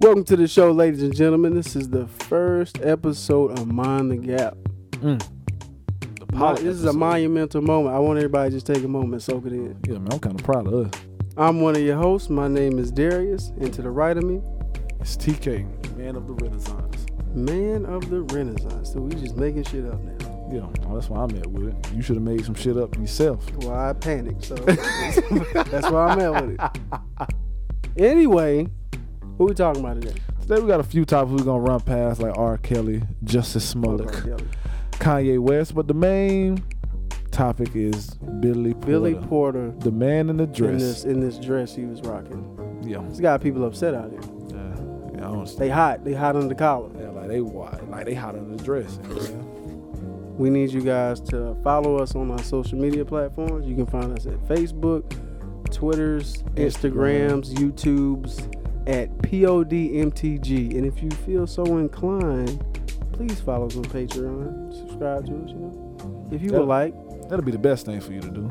Welcome to the show, ladies and gentlemen. This is the first episode of Mind the Gap. Mm. Mon- this is a monumental moment. I want everybody to just take a moment and soak it in. Yeah, man, I'm kind of proud of us. I'm one of your hosts. My name is Darius, and to the right of me, It's TK, man of the Renaissance. man of the Renaissance. So we just making shit up now. Yeah, well, that's why I'm at with it. You should have made some shit up yourself. Well, I panicked, so that's where I'm at with it. Anyway, what we talking about today? Today we got a few topics we're gonna run past, like R. Kelly, Justice Smollett, Fuck R. Kelly. Kanye West, but the main topic is Billy Porter, Billy Porter the man in the in dress. this in this dress he was rocking. Yeah, It's got people upset out here. yeah, yeah, I don't They hot. They hot under the collar. yeah, like they wide, like they hot under the dress. man. We need you guys to follow us on our social media platforms. You can find us at Facebook, Twitters, Instagrams, YouTubes, at PODMTG. And if you feel so inclined, please follow us on Patreon. Subscribe to us, you know. If you Yeah. would like, That'll be the best thing for you to do.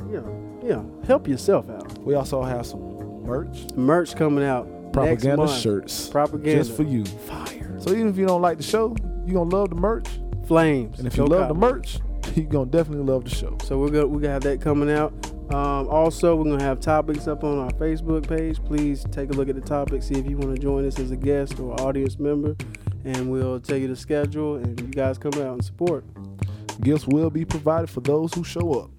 yeah, yeah, help yourself out. We also have some merch, Merch coming out. next propaganda month. shirts, Propaganda. just for you. Fire. So even if you don't like the show, you gonna love the merch. Flames. And if you Go love the cop. merch, you're going to definitely love the show. So we're gonna we're gonna have that coming out. Um, also, we're gonna have topics up on our Facebook page. Please take a look at the topics, see if you want to join us as a guest or audience member, and we'll tell you the schedule. And you guys come out and support Gifts will be provided for those who show up.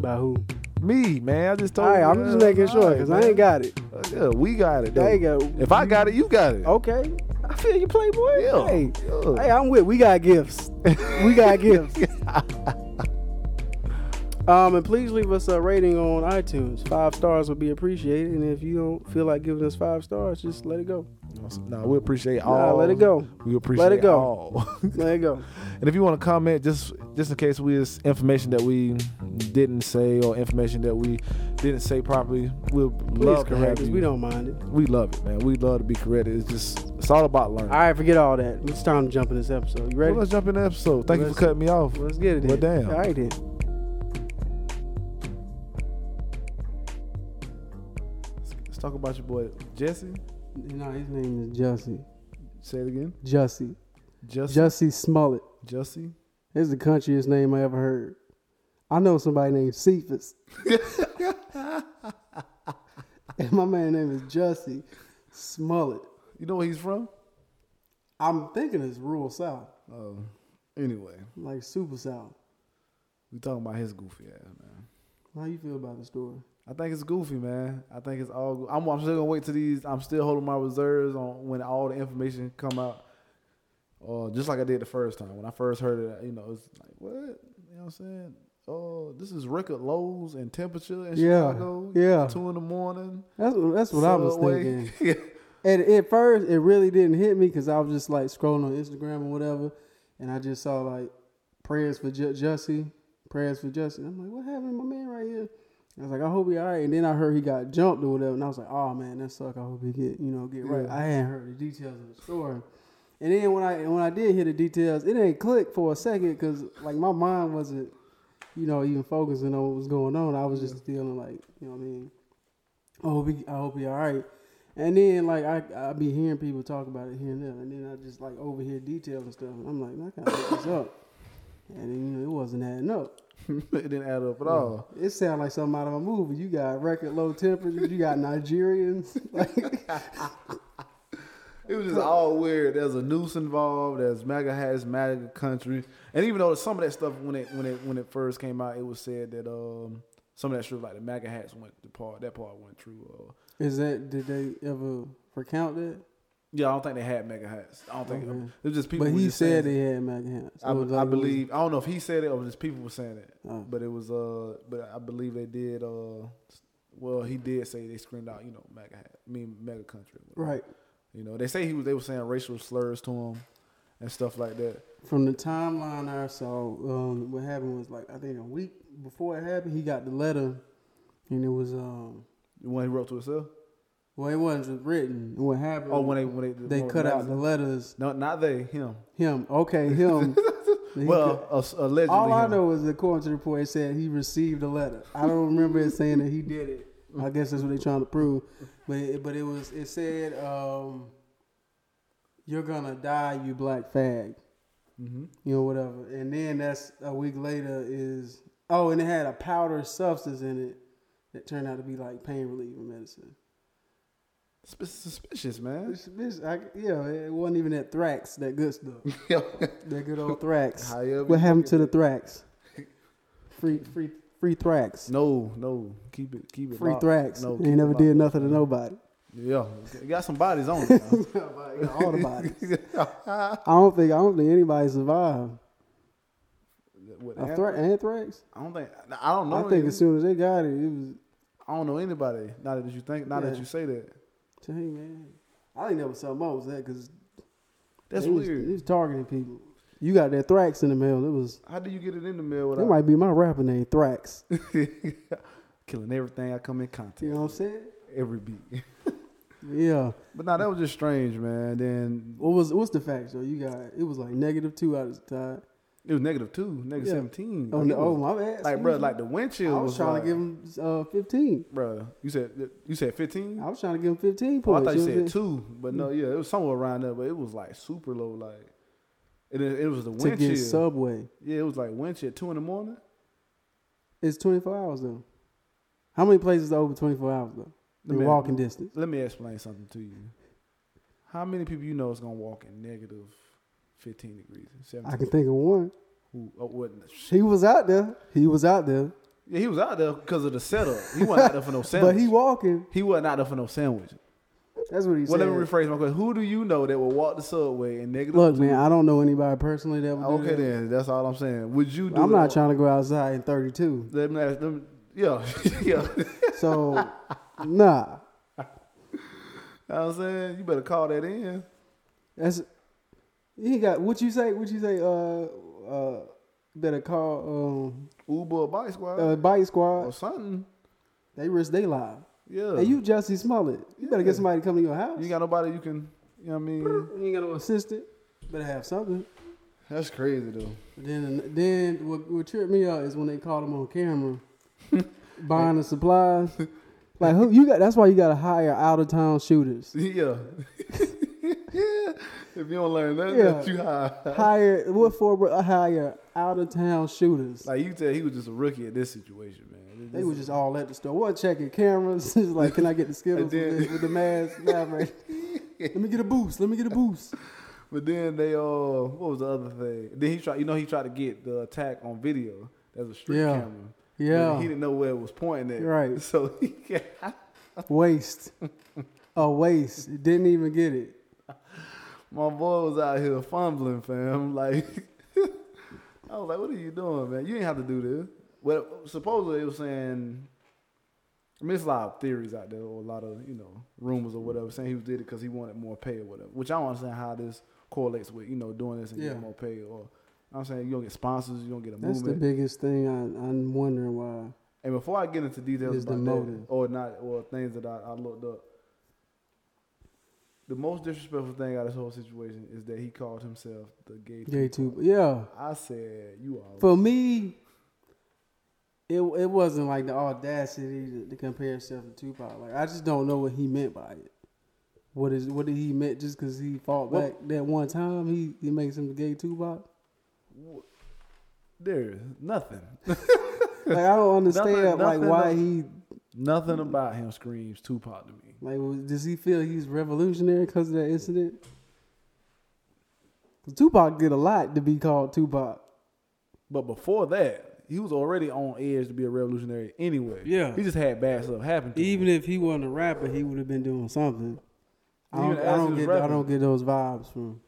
by who? Me, man, I just told All right, you. I'm just making sure because I ain't got it. got Yeah, we got I it. though. ain't got. If I got it, you got it. okay, I feel you, Playboy. Yeah. Hey, yeah. hey, I'm with. We got gifts. we got gifts. Um, and please leave us a rating on iTunes. Five stars would be appreciated. And if you don't feel like giving us five stars, just let it go. Nah, we appreciate all. Nah, let it go. We appreciate Let it go. all. Let it go. and if you want to comment, just just in case we is information that we didn't say or information that we didn't say properly, we'll Please love to have correct us. you. We don't mind it. We love it, man. We love to be corrected. It's just it's all about learning. All right, forget all that. It's time to jump in this episode. You ready? Well, let's jump in the episode. Thank you Let's- for cutting me off. Let's get it. Well, then. damn. All right then. Let's talk about your boy Jesse. No, his name is Jussie. Say it again. Jussie. Jesse. Jussie Smollett. Jesse. It's the countryest name I ever heard. I know somebody named Cephas. and my man name is Jussie Smollett. You know where he's from? I'm thinking it's rural south, Oh, anyway, like super south. we talking about his goofy ass, man. How you feel about the story? I think it's goofy, man. I think it's all. Go- I'm, I'm still gonna wait till these. I'm still holding my reserves on when all the information come out. Uh, just like I did the first time when I first heard it, you know, it's like what you know what I'm saying. Oh, this is record lows and temperature in Yeah, Chicago. yeah. two in the morning. That's what, that's what I was subway. thinking. yeah. At, at first, it really didn't hit me because I was just like scrolling on Instagram or whatever, and I just saw like prayers for J- Jussie, prayers for Jussie. I'm like, what happened to my man right here? I was like, I hope he all right. And then I heard he got jumped or whatever, and I was like, oh man, that suck. I hope he get you know get right. Yeah. I hadn't heard the details of the story. And then when I when I did hear the details, it ain't click for a second because like my mind wasn't, you know, even focusing on what was going on. I was just feeling like, you know what I mean. I hope he, I hope he all right. And then like I I be hearing people talk about it here and there, and then I just like overhear details and stuff. And I'm like, man, I gotta look this up. And then you know it wasn't adding up. it didn't add up at all. It sounded like something out of a movie. You got record low temperatures. You got Nigerians. Like, It was just all weird. There's a noose involved. There's MAGA hats, MAGA country, and even though some of that stuff when it when it when it first came out, it was said that um some of that shit like the MAGA hats went the part that part went true. Uh, is that did they ever recount that? yeah, I don't think they had MAGA hats. I don't think Okay. it was just people. Mm-hmm. But were he just saying said they had Mac Hats. I, It be- was I like- believe I don't know if he said it or just people were saying it, Oh. but it was uh but I believe they did uh well he did say they screamed out you know MAGA hat I mean MAGA country right you know they say he was they were saying racial slurs to him and stuff like that. from the timeline I saw. Um, what happened was like I think a week before it happened, he got the letter, and it was um. The one he wrote to himself? Well, it wasn't just written. What happened? Oh, when they when they they when cut not- out the letters. No, not they. Him. Him. Okay, him. He well, uh, allegedly. all I him. know is according to the report, it said he received a letter. I don't remember it saying that he did it. I guess that's what they're trying to prove. But it, but it was it said um, you're gonna die, you black fag, Mm-hmm. you know whatever. And then that's a week later is oh, and it had a powder substance in it that turned out to be like pain relieving medicine. Suspicious, man. This, this, I, yeah, it wasn't even that Thrax, that good stuff, that good old Thrax. However What you happened look to the Thrax? Free free free Thrax. no, no. Keep it, keep it. Free locked. Thrax. No, keep Ain't never it did locked. nothing to nobody. Yeah, it got some bodies on it. Now. All the bodies. I don't think I don't think anybody survived. With A anth- threat anthrax? I don't think. I don't know. I think any- as soon as they got it, it was I don't know anybody. Now that you think, now that Yeah. you say that, dang man. I think that was something else that because that's they was- weird. they was targeting people. You got that Thrax in the mail. It was How do you get it in the mail that without might be my rapper name, Thrax. killing everything I come in contact? You know what I'm saying? Every beat. Yeah. But now that was just strange, man. Then What was what's the facts though? You got it was like negative two out of the time. it was negative two, negative Yeah. seventeen. Oh, Like, no, it was- oh my bad. like Excuse bro, me. like the wind I chill. was, trying to give him uh, 15. bro. You said you said fifteen. I was Mm. trying to give him 15 Oh, I points. thought you know what I'm said two, but no, yeah, it was somewhere around there, but it was like super low, like. And it, it was the saying? wind To chill. get Subway. yeah, it was like wind chill two in the morning. It's 24 hours though. How many places are over 24 hours though? The In man- walking distance. Let me explain something to you. How many people you know is gonna walk in negative fifteen degrees, I seventeen? can think of one. Who, oh, what, He was out there. He was out there. yeah, he was out there because of the setup. He wasn't out there for no sandwich. But he walking. he wasn't out there for no sandwich. That's what he Well, said. let me rephrase my question. Who do you know that will walk the subway in negative? Look, two? man, I don't know anybody personally that would do Okay, that. then that's all I'm saying. Would you? do I'm not it? trying to go outside in 32. Let me ask them. Yeah, yeah. So, nah. I'm saying you better call that in. That's he got what you say. What you say? Uh, uh, better call Uber or bike squad um uh, Bike or Squad. something. They risk they live. Oh, Yeah. Hey, you Jesse Smollett. You better Yeah. get somebody to come to your house. You ain't got nobody you can. You know what I mean? You ain't got no assistant. Better have something. That's crazy though. Then, then what, what tripped me up is when they caught him on camera buying the supplies. Like who you got? That's why you got to hire out of town shooters. yeah. If you don't learn nothing, Yeah. that you high. Hire what for? bro? Hire out of town shooters. Like you tell, he was just a rookie at this situation, man. They was just all at the store. What checking cameras? It's like, can I get the skittles And then- with, the, with the mask? Nah, man. Let me get a boost. Let me get a boost. But then they uh, what was the other thing? Then he tried, you know, he tried to get the attack on video. That's a street Yeah. camera. But he Yeah, didn't know where it was pointing at. Right. So he got, waste. A waste. Didn't even get it. my boy was out here fumbling, fam. Like I was like, what are you doing, man? You didn't have to do this. Well, supposedly it was saying. I mean, there's a lot of theories out there, or a lot of you know rumors or whatever, saying he was did it because he wanted more pay or whatever. Which I don't understand how this correlates with you know doing this and Yeah. getting more pay, or I'm saying you don't get sponsors, you don't get a That's the movement. biggest thing. I, I'm wondering why. And before I get into details Is the about that, motive. or not, or things that I, I looked up, the most disrespectful thing out of this whole situation is that he called himself the gay. Gay Tupac. tube. Yeah. I said you are. For me, it it wasn't like the audacity to, to compare himself to Tupac. Like I just don't know what he meant by it. What is what did he meant just because he fought Well- back that one time? He he makes him the gay Tupac. there is nothing, Like I don't understand like Nothing- nothing why of- he nothing about him screams Tupac to me. like was- does he feel he's revolutionary because of that incident? 'Cause Tupac did a lot to be called Tupac. But before that, he was already on edge to be a revolutionary anyway. Yeah. he just had bad stuff happen. To him. Even if he wasn't a rapper, he would have been doing something. I Even don't, I as don't he was get I rapping. don't get those vibes from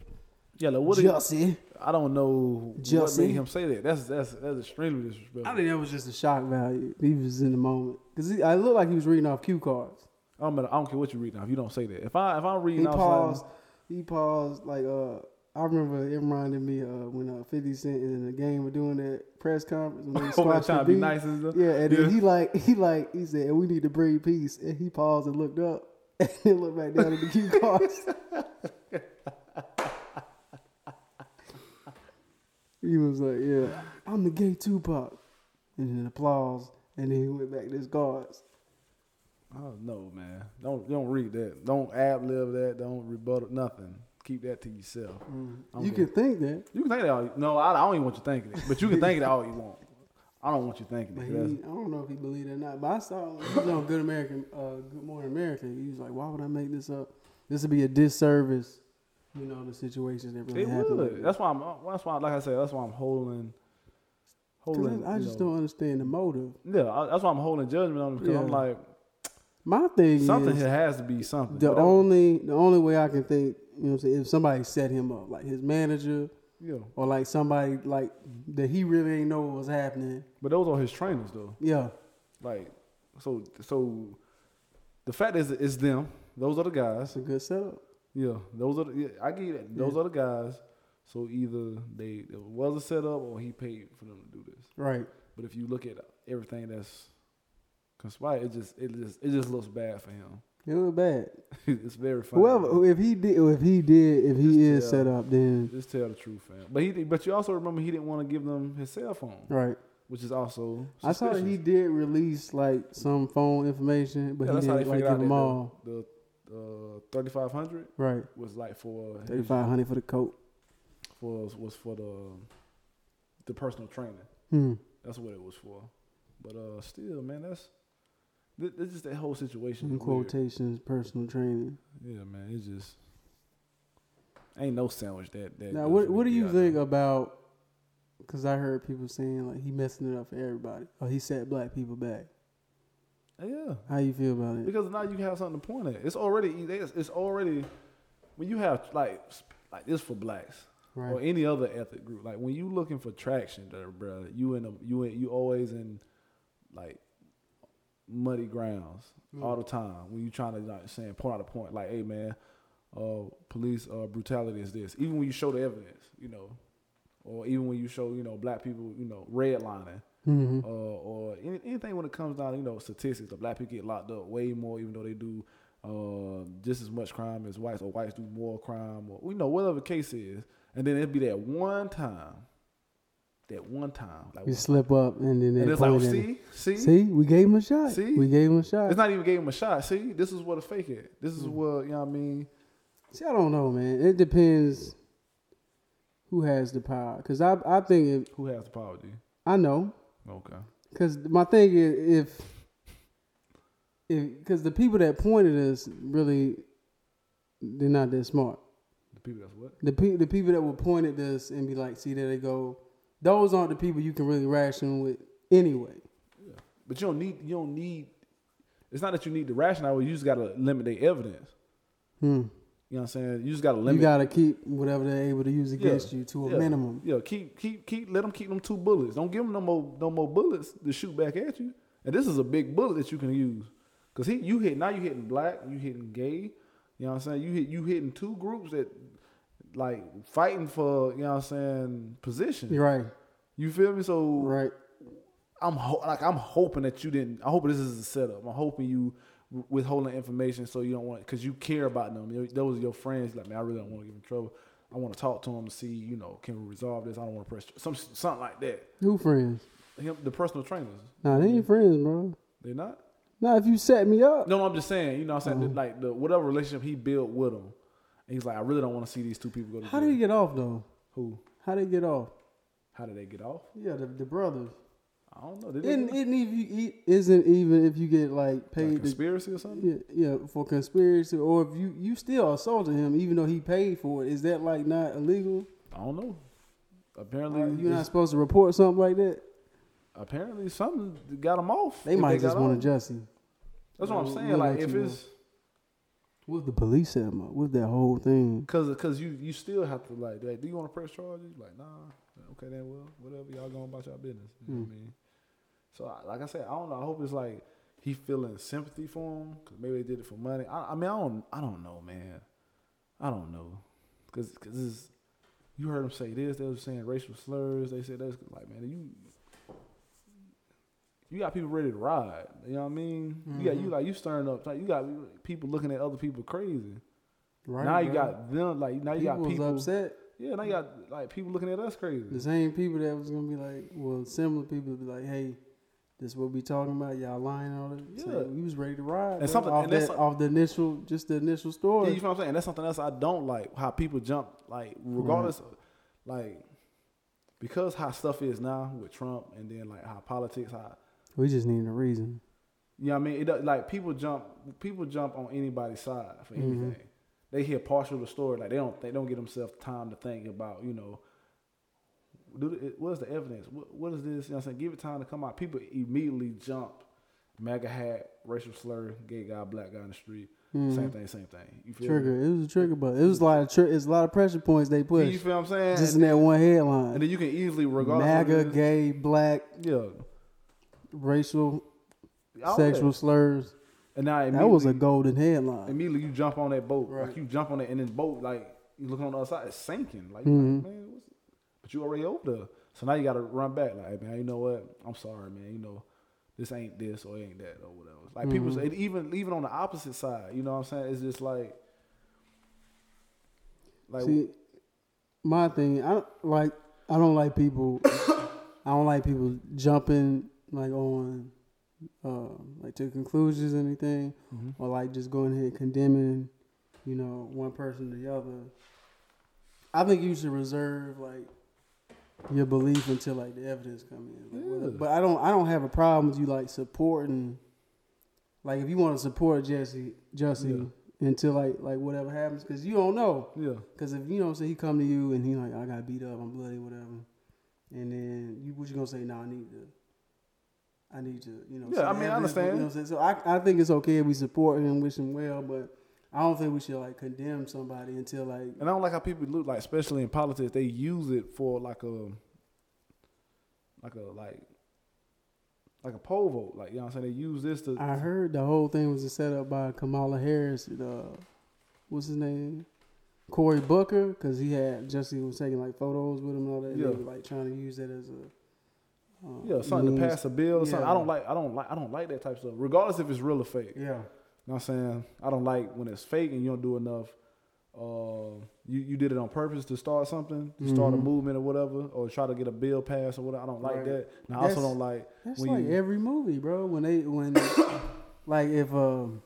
yeah, like what? do you- Jussie. I don't know what Jussie. made him say that. That's that's that's extremely disrespectful. I think that was just a shock value. He was in the moment because I looked like he was reading off cue cards. I don't, matter, I don't care what you read now. If you don't say that, if I if I'm He reading, outside- paused. He paused. Like uh, I remember it reminded me uh when uh, Fifty Cent in the game were doing that press conference when they Over squashed there Oh, trying the to be beat. nice and stuff. Yeah, and Yeah. then he like he like he said we need to bring peace, and he paused and looked up and then looked back down at the cue cards. he was like, "Yeah, I'm the gay Tupac," and then applause, and then he went back to his guards. Oh no, man! Don't don't read that. Don't ad lib that. Don't rebuttal nothing. Keep that to yourself. Mm. I'm You good. can think that. You can think that all you, no, I, I don't even want you thinking it, but you can think it all you want. I don't want you thinking But it. he, That's- I don't know if he believed it or not. But I saw he was on Good American, uh, Good Morning America. He was like, "Why would I make this up? This would be a disservice." You know the situations that really It happen. would. That's why I'm. uh, That's why, like I said, that's why I'm holding. Holding. Because I, I you just know- don't understand the motive. Yeah, I, that's why I'm holding judgment on it because I'm Yeah. like My thing something is here has to be something. the Whatever- only the only way I can think, you know, what I'm saying, if somebody set him up, like his manager yeah, or like somebody like that he really ain't know what was happening. but those are his trainers though. Yeah, Like, so so, the fact is, it's them. Those are the guys. that's a good setup. Yeah, those are. The, yeah, I get it. Those Yeah. are the guys. So either they it was a setup or he paid for them to do this. Right. But if you look at everything that's conspired, it just it just it just looks bad for him. It was bad. it's very funny. Whoever, if he did, if he did, if he Just, is uh, set up, then Just tell the truth, fam. But he, but you also remember he didn't want to give them his cell phone, right. which is also. I saw that he suspicious. did release like some phone information, but Yeah, he that's how didn't they like figured give out them all. that the, the uh, thirty five hundred Right, was like for thirty five hundred for the coat. for was for the the personal training. Hmm. That's what it was for. But uh, still, man, that's this, this is that whole situation. In is weird. quotations, personal training. Yeah, man, it's just ain't no sandwich that that. now, what doesn't what do be you out there. think about? Because I heard people saying like he messing it up for everybody. Oh, he set black people back. Uh, Yeah, How you feel about it? because now you have something to point at. It's already it's it's already when you have like like this for blacks or Right. any other ethnic group. Like when you looking for traction, there, bro, you in a you in, you always in like muddy grounds all the time when you trying to like saying point out a point. Like, hey man, uh, police uh, brutality is this. Even when you show the evidence, you know, or even when you show you know black people, you know, redlining hmm uh, or any, anything when it comes down to you know statistics. The black people get locked up way more, even though they do uh, just as much crime as whites, or whites do more crime, or you know whatever the case is. And then it'd be that one time, that one time, like You slip up and then they and it's like, oh, point at him. see, see, see, we gave him a shot. See? we gave him a shot. It's not even gave him a shot. See, this is what a fake is. This is Mm. what you know. what I mean, See, I don't know, man. It depends who has the power. Because I, I think if, who has the power? D? I know. Okay. Because my thing is if, if because the people that pointed us really, they're not that smart. The people that's what? The pe- the people that were pointed us and be like, see there they go. Those aren't the people you can really ration with anyway. But you don't need. You don't need. It's not that you need the rationale. You just gotta limit their evidence. Hmm. You know what I'm saying? You just gotta You limit. gotta keep whatever they're able to use against you to a yeah. minimum. Yeah, keep keep keep let them keep them two bullets. Don't give them no more no more bullets to shoot back at you. And this is a big bullet that you can use. Cause he you hit now you hitting black, you hitting gay, you know what I'm saying? You hit you hitting two groups that like fighting for, you know what I'm saying, position. You're right. You feel me? So Right. I'm ho- like I'm hoping that you didn't. I hope this is a setup. I'm hoping you withholding information so you don't want because you care about them. You- Those are your friends. Like man, I really don't want to give them trouble. I want to talk to them to see you know can we resolve this. I don't want to press some something like that. Who friends? Him, the personal trainers, Nah, they ain't friends, bro. they not. Nah, if you set me up, No, I'm just saying. You know, what I'm saying like the whatever relationship he built with them. And he's like, I really don't want to see these two people go to How jail. did he get off though? Who? How did he get off? How did they get off? Yeah, the, the brothers. I don't know. Did they Isn't, get isn't if you eat, isn't even if you get like like paid to, conspiracy or something? yeah, yeah for conspiracy or if you you still assaulted him even though he paid for it is that like not illegal? I don't know. Apparently, Like, you're it's- not supposed to report something like that. apparently something got them off. They if might got just want off. to Jesse. That's what I'm We'll- saying. we'll like let if you it's What if the police set him up? What if that whole thing? because because you you still have to like like do you want to press charges? Like nah, okay then well whatever y'all going about y'all business. You know what I mean? So I- like I said, I don't know. I hope it's like he feeling sympathy for him because maybe they did it for money. I, I mean I don't I don't know man. I don't know because because you heard him say this. They was saying racial slurs. They said that's like man you. You got people ready to ride. You know what I mean? You got you Mhm. like you stirring up. Like you got people looking at other people crazy. Right now you bro. got them like now you people got was people. upset. Yeah, now you got like people looking at us crazy. The same people that was gonna be like, well, similar people be like, hey, This what we talking about? Y'all lying on it? Yeah. So we was ready to ride. bro, something- off and that, that's some- off the initial, just the initial Yeah, story. you know what I'm saying? That's something else I don't like how people jump like regardless of, like because how stuff is now with Trump and then like how politics how we just needed a reason. you know what I mean it does- like people jump people jump on anybody's side for Mm-hmm. anything. They hear partial to the story like they don't they don't give themselves time to think about you know do the, what's the evidence what, what is this you know what I'm saying give it time to come out. People immediately jump MAGA hat racial slur gay guy black guy in the street same thing same thing you feel me? Mm-hmm. Trigger. It was a trigger, but it was a lot of tri- it's a lot of pressure points they pushed You feel what I'm saying? just in and, that one headline. then you can easily regardless. of MAGA, what it gay, black, is- yeah, racial, all sexual that. slurs. And now immediately, That was a golden headline. immediately you jump on that boat, Right. like you jump on it, and then boat like you looking on the other side, it's sinking. Like, Mhm. man, what's, but you already over there, so now you got to run back. Like, man, you know what? I'm sorry, man. You know, this ain't this or ain't that or whatever. Like people, it even even on the opposite side, you know what I'm saying? It's just like, like See, my thing, I don't- like. I don't like people. I don't like people jumping like on, um, like to conclusions or anything, Mhm. or like just going ahead and condemning, you know, one person to the other. I think you should reserve like your belief until like the evidence come in. Like, whether- Yeah. But I don't. I don't have a problem with you like supporting. Like if you want to support Jesse, Jesse until like like whatever happens, because you don't know. yeah, Cause if you know what I'm saying, he come to you and he like, I got beat up, I'm bloody, whatever. And then you what you gonna say, nah, I need to I need to, you know. Yeah, I mean, I have this," understand. You know what I'm saying? So I I think it's okay if we support him, wish him well, but I don't think we should like condemn somebody until like And I don't like how people look like, especially in politics, they use it for like a, like a like, like a poll vote. Like you know what I'm saying? They use this to I heard the whole thing was set up by Kamala Harris and uh what's his name? Cory Booker, because he had Jesse was taking like photos with him and all that. and Yeah. They were like trying to use that as a uh, yeah something to means- pass a bill. Or something. I Yeah. don't like. I don't like. I don't like that type of stuff. Regardless if it's real or fake. You Yeah. know what I'm saying? I don't like when it's fake and you don't do enough. Uh, you you did it on purpose to start something, to start a Mhm. movement or whatever, or try to get a bill passed or whatever. I don't like Right. that. And I also That's- don't like That's when like you- every movie, bro. When they when like if um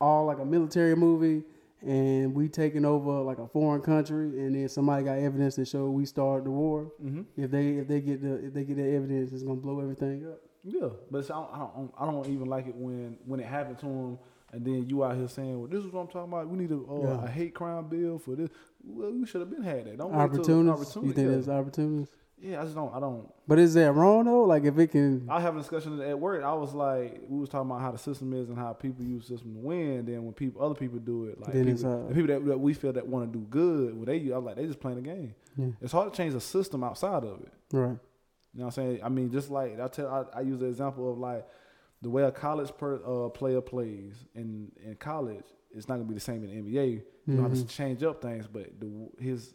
all like a military movie and we taking over like a foreign country and then somebody got evidence that show we started the war. hmm If they if they get the if they get that evidence, it's gonna blow everything up. Yeah, but it's- I don't, I don't, I don't even like it when when it happened to him, and then you out here saying, "Well, this is what I'm talking about. We need a, uh, Yeah. a hate crime bill for this." Well, we should have been had that. Don't wait till Opportunities. opportunity. You think yeah. there's opportunities? yeah, I just don't. I don't. But is that wrong though? Like if it can I have a discussion at work. I was like, we was talking about how the system is and how people use the system to win. Then when people, other people do it, like Then it's, people, uh, the people that, that we feel that want to do good, well, they, I was like, they just playing the game. Yeah. It's hard to change the system outside of it. Right. You know what I'm saying? I mean, just like I tell, I, I use the example of like the way a college per, uh, player plays in in college, it's not gonna be the same in the NBA. You know how to Mhm. change up things, but the, his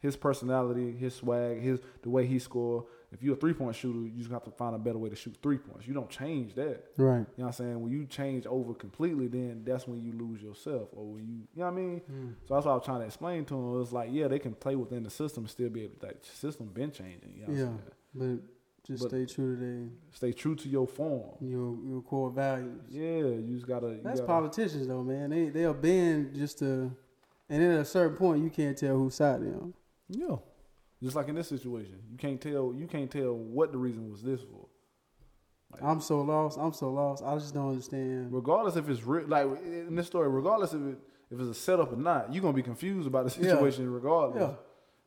his personality, his swag, his the way he score. If you're a three point shooter, you just have to find a better way to shoot three points. You don't change that. Right. You know what I'm saying? When you change over completely, then that's when you lose yourself, or when you, you know what I mean? So that's what I was trying to explain to him. It was like, yeah, they can play within the system, still be able to, that system been changing. You know what Yeah. I'm saying? But just But- stay true to their stay true to your form. your your core values. Yeah, you just gotta. You That's gotta politicians though, man. They they'll bend just to, and then at a certain point you can't tell whose side they on. Yeah, just like in this situation, you can't tell. You can't tell what the reason was this for. I'm so lost. I'm so lost. I just don't understand. Regardless if it's real, like in this story, regardless if it if it's a setup or not, you're gonna be confused about the Yeah. situation regardless. Yeah.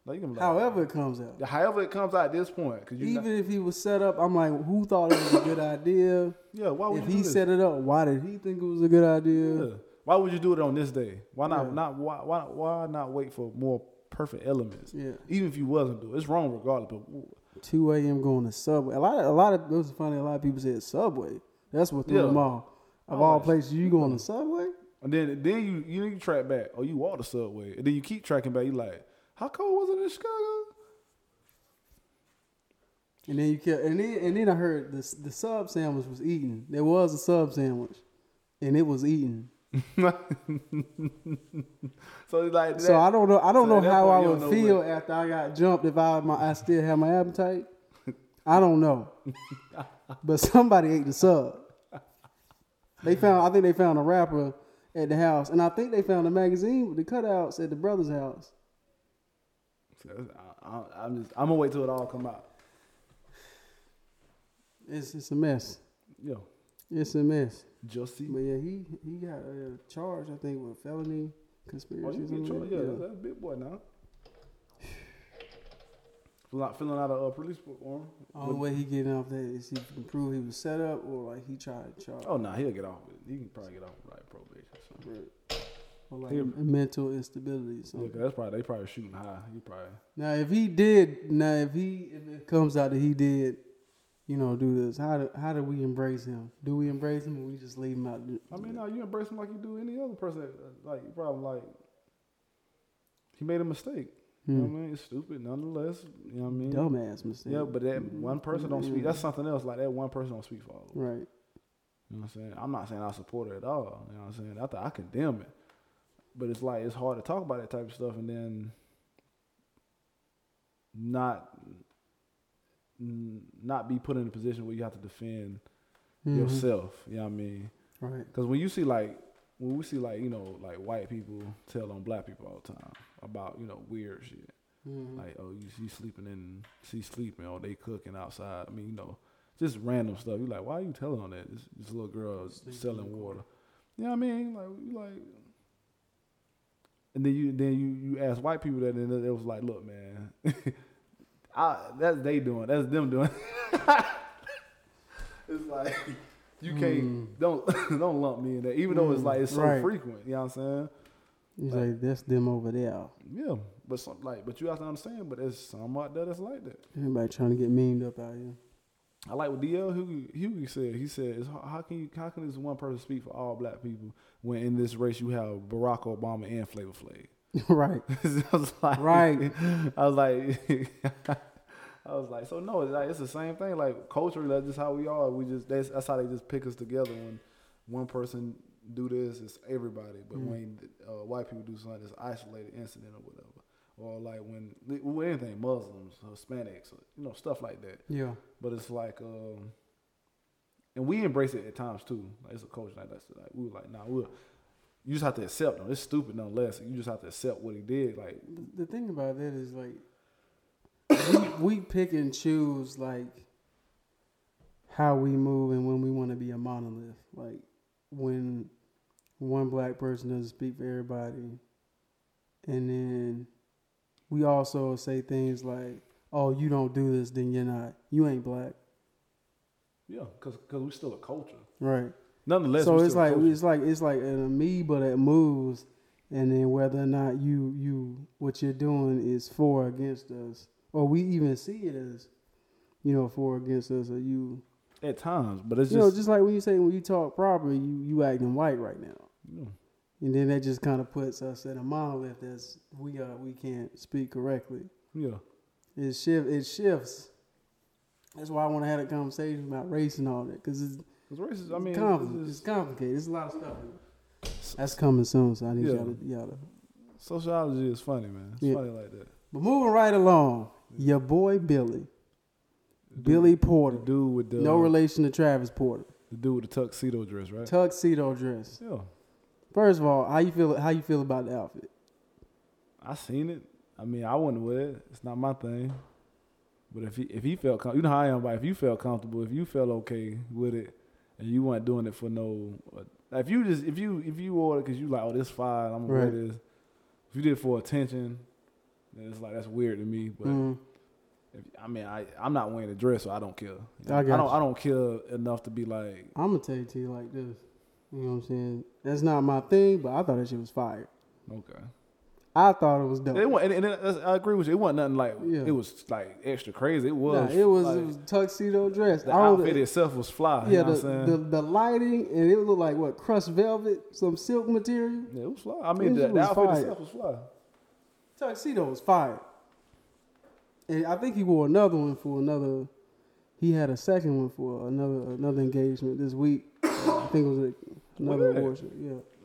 Like, you gonna be like, However it comes out, however it comes out at this point, because you even if he was set up, I'm like, who thought it was a good idea? yeah, why would If you do he this? set it up, why did he think it was a good idea? yeah. Why would you do it on this day? Why not? Yeah. Not why? Why? Why not wait for more perfect elements? Yeah, Even if you wasn't do, it. it's wrong regardless. But two a.m. going to Subway. A lot of a lot of it was funny. A lot of people said Subway. That's what threw Yeah. them off. Of all places, you going to Subway? And then then you you, you track back. Oh, you walk the subway. And then you keep tracking back. You like, how cold was it in Chicago? And then you kept, and then and then I heard the the sub sandwich was eaten. There was a sub sandwich, and it was eaten. So it's like that. so I don't know. I don't so know at that how point, I you would don't know feel after I got jumped if I my I still had my appetite. I don't know, but somebody ate the sub. They found. I think they found a rapper at the house, and I think they found a magazine with the cutouts at the brother's house. So, I, I, I'm just I'm gonna wait till it all come out. It's it's a mess. Yo, It's a mess. just see. But yeah, he he got uh, charged. I think with felony conspiracy. Oh, or you something get like that. your, yeah, that's, that's a big boy now. Filling out, filling out a uh, police form. Only way he getting off that is he can prove he was set up or like he tried to charge. Oh nah, he'll get off with it. He can probably get off with like probation. Or something. Right. Or like Here. mental instability. So Yeah, 'cause that's probably they probably shooting high. He probably now, if he did, now if he if it comes out that he did, you know, do this, how do how do we embrace him? Do we embrace him or we just leave him out? th- I mean, no, you embrace him like you do any other person. That, uh, like, you probably like he made a mistake. You know what I mean? It's stupid, nonetheless. You know what I mean? Hmm. dumbass mistake. Yeah, but that one person don't speak. That's something else. Like that one person don't speak for all. Of us. Mm-hmm. right. You know what I'm saying? I'm not saying I support it at all. You know what I'm saying? I th- I condemn it, but it's like it's hard to talk about that type of stuff and then not n- not be put in a position where you have to defend Mhm. yourself. You know what I mean? Mm-hmm. Right. Because when you see like when we see like you know like white people tell on black people all the time about you know weird shit Mhm. like oh you she's sleeping in she's sleeping or they cooking outside. I mean you know just random stuff. You like why are you telling on that? This, this little girl is Sleeping in the selling corner. water. You know what I mean? Like you like. And then you then you, you ask white people that and they was like look man, I, that's they doing that's them doing. it's like. You Hmm. can't don't don't lump me in there, even though it's Mm, like it's so right. frequent. You know what I'm saying? He's like- like that's them over there. Yeah, but some like, but you have to understand. But there's some out there that's like that. Everybody trying to get memed up out here. I like what DL Hughley Hughley said. He said, it's, "How how can you? How can this one person speak for all black people when in this race you have Barack Obama and Flavor Flav?" right. I was like, Right. I was like, I was like, so no, it's like it's the same thing. Like culturally, that's just how we are. We just that's, that's how they just pick us together. When one person do this, it's everybody. But when uh, white people do something, it's isolated incident or whatever. Or like when with anything, Muslims, Hispanics, you know, stuff like that. Yeah. But it's like, um, and we embrace it at times too. Like it's a culture like that's like we were like, nah, we'll. You just have to accept them. It's stupid nonetheless. You just have to accept what he did. Like, The- The thing about that is like we, we pick and choose like how we move and when we want to be a monolith. Like when one black person doesn't speak for everybody, and then we also say things like, "Oh, you don't do this, then you're not. You ain't black." yeah, because cause we still a culture. Right. Nonetheless, so we it's still a like culture. it's like it's like an amoeba that moves, and then whether or not you you what you're doing is for or against us, or we even see it as, you know, for or against us, or you at times, but it's you know, just, just like when you say when you talk proper, you you acting white right now, you know, and then that just kind of puts us at a monolith that's we are we can't speak correctly. yeah, It shift it shifts. That's why I want to have a conversation about race and all that because it's because racism. I mean, it's, compli- it's it's just- complicated. It's a lot of stuff. That's coming soon, so I need Yeah. y'all, to, y'all to. sociology is funny, man. It's Yeah. funny like that. But moving right along, your boy Billy, Billy The Porter, dude with the no relation to Travis Porter, The dude with the tuxedo dress, right? tuxedo dress. yeah, First of all, how you feel? How you feel about the outfit? I seen it. I mean, I wouldn't wear it. It's not my thing. But if he if he felt com- you know how I am, but if you felt comfortable, if you felt okay with it, and you weren't doing it for no, like, if you just if you if you wore it because you like oh this fine, I'm gonna Right. wear this. If you did it for attention, then it's like that's weird to me. But Mm, If, I mean, I I'm not wearing a dress, so I don't care. I got don't you. I don't care enough to be like, I'm gonna tell it to you like this. You know what I'm saying? That's not my thing, but I thought that shit was fire. okay. I thought it was dope. It wa- and, and that's- I agree with you. It wasn't nothing like Yeah. it was like extra crazy. It Nah, was. it was, like, it was tuxedo dress. the I don't- outfit itself was fly. you Yeah, know the, what I'm the saying? the lighting and it looked like what crushed velvet, some silk material. yeah, it was fly. I mean, It the, the was outfit fire. itself was fly. Tuxedo was fire. And I think he wore another one for another. He had a second one for another another engagement this week. I think it was a, another Word. abortion.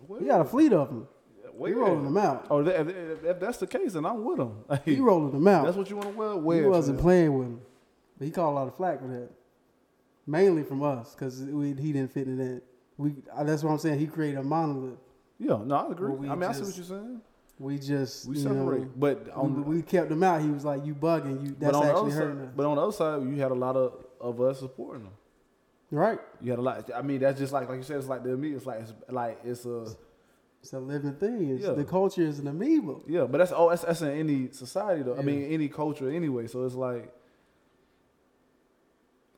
Yeah, he got a fleet of them. Where? He rolling them out. Oh, that, if, if that's the case, then I'm with him. Like, He rolling them out. that's what you want to wear. Wear. He it, wasn't fam. playing with them. But he caught a lot of flack for that, mainly from us because he didn't fit in that. We uh, that's what I'm saying. He created a monolith. Yeah, no, I agree. Well, we I mean, I see just- what you're saying. We just We you know, separate, but on we, we kept him out. He was like, "You bugging? You that's but on the actually other hurting side, us." but on the other side, you had a lot of, of us supporting them. Right? You had a lot. I mean, that's just like like you said. It's like the amoeba. It's like it's like it's a It's a living thing. It's, Yeah. The culture is an amoeba. yeah. But that's all. That's, that's in any society though. I Yeah. mean, any culture anyway. So it's like.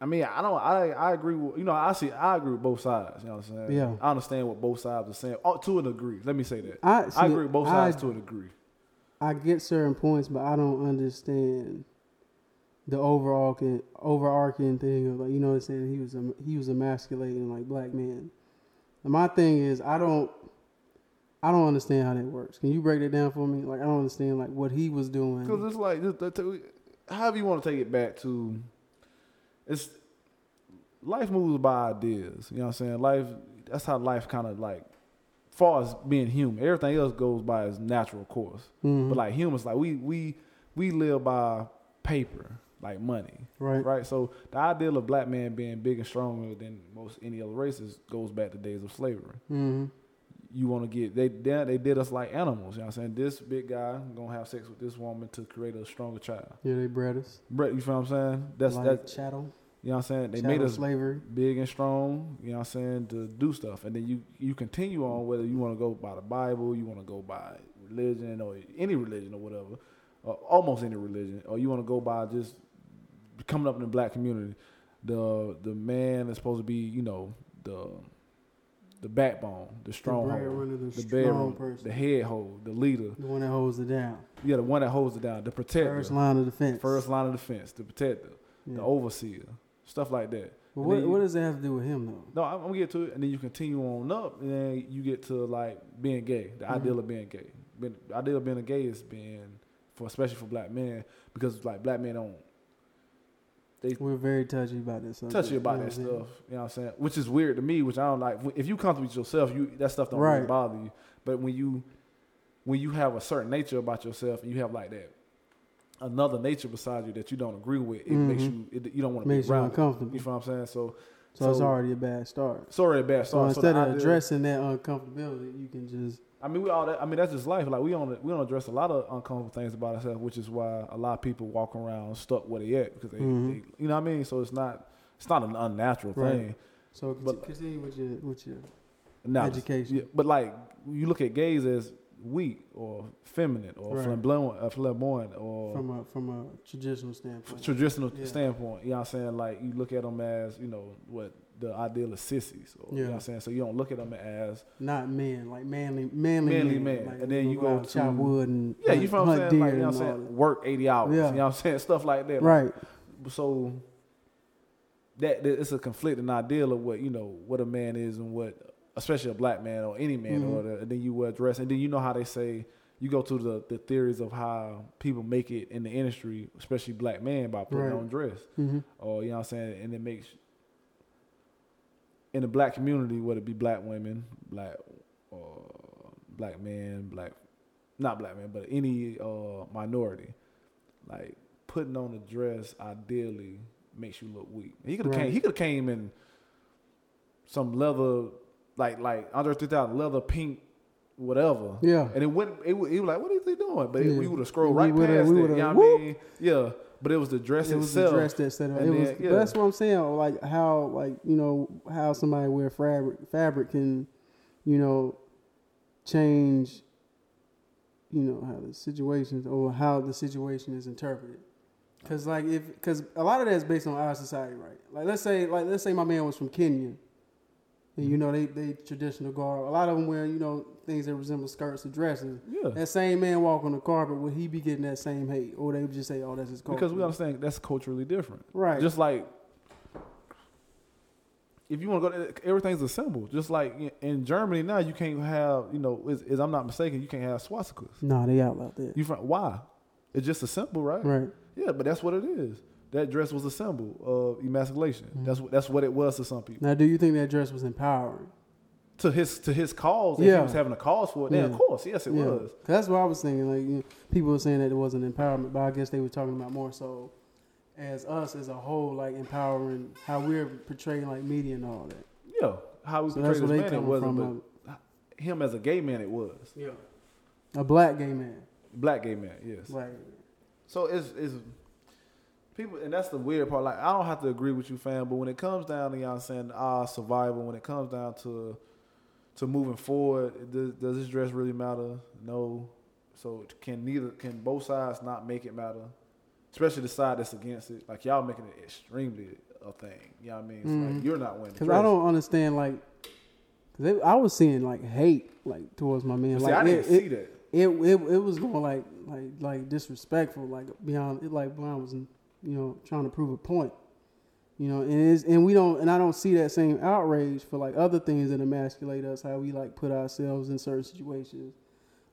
I mean, I don't. I I agree with you know. I see. I agree with both sides. You know what I'm saying? Yeah. I understand what both sides are saying. Oh, to a degree. Let me say that. I, I agree with both sides I, to a degree. I get certain points, but I don't understand the overall overarching thing of like you know what I'm saying. He was he was emasculating like black men. And my thing is I don't I don't understand how that works. Can you break that down for me? Like I don't understand like what he was Because doing. it's like, just- that- that- however you want to take it back to, it's life moves by ideas. You know what I'm saying? Life, that's how life kind of like, far as being human, everything else goes by its natural course. Mhm. But like humans, like we we we live by paper, like money, right. right? So the ideal of black man being big and stronger than most any other races goes back to days of slavery hmm you want to get they they they did us like animals. You know what I'm saying? This big guy gonna have sex with this woman to create a stronger child. Yeah, they bred us. Brett, you feel what I'm saying? That's like that's chattel. you know what I'm saying. They chattel made us slavery. big and strong. You know what I'm saying to do stuff, and then you you continue on whether you want to go by the Bible, you want to go by religion or any religion or whatever, or almost any religion, or you want to go by just coming up in the black community. The the man is supposed to be you know the the backbone, the strong the breadwinner, the, the strong bedroom, person, the head hold, the leader. the one that holds it down. Yeah, the one that holds it down, the protector, First line of defense. first line of defense, the protector, Yeah. the overseer, stuff like that. But and what, then you- what does that have to do with him though? No, I'm, I'm gonna get to it, and then you continue on up, and then you get to like being gay. The Mhm. ideal of being gay, being, the ideal of being a gay is being for especially for black men because like black men don't We're very touchy about this. subject, touchy about you know that stuff. what You I'm know what I'm saying? Which is weird to me, which I don't like. If you comfortable with yourself, you that stuff don't really Right. bother you. But when you when you have a certain nature about yourself and you have like that another nature beside you that you don't agree with, it makes you it, you don't want to Mm-hmm. Makes be you around. it. uncomfortable. You know what I'm saying? So So, it's So- already a bad start. sorry, a bad So, start. instead the of idea- addressing that uncomfortability, you can just I mean, we all that. I mean, that's just life. Like we don't we don't address a lot of uncomfortable things about ourselves, which is why a lot of people walk around stuck where they at because they, Mhm. they you know what I mean. So it's not it's not an unnatural Right. thing. so conti- But- continue with your with your Now, Education. yeah, but like you look at gays as weak or feminine or Right. flamboyant, or flamboyant or from a from a traditional standpoint. traditional Yeah. standpoint. You know what I'm saying? Like you look at them as you know what the ideal of sissies. Or, You know Yeah. what I'm saying? So you don't look at them as Not men, like manly manly, Manly men. man. Like, And then you out go and chop to- wood and yeah, you hunt- feel what I'm hunt saying? deer Like, you know what I'm and all saying? Work 80 hours. Yeah. You know what I'm saying? Stuff like that. that. Right. so that, that it's a conflicting ideal of what you know what a man is and what especially a black man or any man Mhm. or the, and then you wear a dress and then you know how they say you go to the, the theories of how people make it in the industry especially black men by putting Right. on dress hmm or you know what i'm saying and it makes in the black community whether it be black women black uh, black men black not black men but any uh, minority like putting on a dress ideally makes you look weak he could have Right. came he could have came in some leather like like under 3000 leather pink whatever Yeah. and it wouldn't it would, it was like what is he doing but Yeah. it, we would have scrolled We right would've- past we it you would've know what whoop. I mean? yeah but it was the dress It was the itself dress that set up. It And was, then- but yeah. That's what I'm saying. Like how, like you know, how somebody wear fabric fabric can, you know, change. You know how the situations or how the situation is interpreted. Cause like if cause a lot of that is based on our society, right? Like let's say like let's say my man was from Kenya, and Mm-hmm. you know they they traditional garb. A lot of them wear you know things that resemble skirts or dresses. yeah That same man walk on the carpet, would he be getting that same hate, or they would just say, "Oh, that's his carpet." because we understand that's culturally different. Right. Just like if you want to go, to, everything's a symbol. Just like in- in Germany now, you can't have you know, is, is I'm not mistaken, you can't have swastikas. Nah, they out like that. You find why? It's just a symbol, right? Right. Yeah, but that's what it is. That dress was a symbol of emasculation. Mm-hmm. That's what that's what it was to some people. Now, do you think that dress was empowering? To his to his cause, if Yeah. he was having a cause for it, then Yeah. of course, yes, it Yeah. was. 'Cause That's what I was thinking. Like you know, people were saying that it wasn't empowerment, but I guess they were talking about more so as us as a whole, like empowering how we're portraying like media and all that. Yeah, how we So portray that's where this they man it coming wasn't, from. but him as a gay man it was. Yeah, a black gay man. Black gay man, yes. Like So it's it's people, and that's the weird part. Like I don't have to agree with you, fam, but when it comes down to y'all saying ah survival, when it comes down to to moving forward, does, does this dress really matter? No. So can neither can both sides not make it matter, especially the side that's against it. Like y'all making it extremely a thing. You know what I mean? It's Mhm. like you're not winning. Because I don't understand, like, 'cause they, I was seeing like hate, like towards my man. See, Like I didn't it, see it, that. it, it, it was going like, like, like disrespectful, like beyond, it, like Brown was, you know, trying to prove a point, you know, and it's, and we don't, and I don't see that same outrage for like other things that emasculate us, how we like put ourselves in certain situations,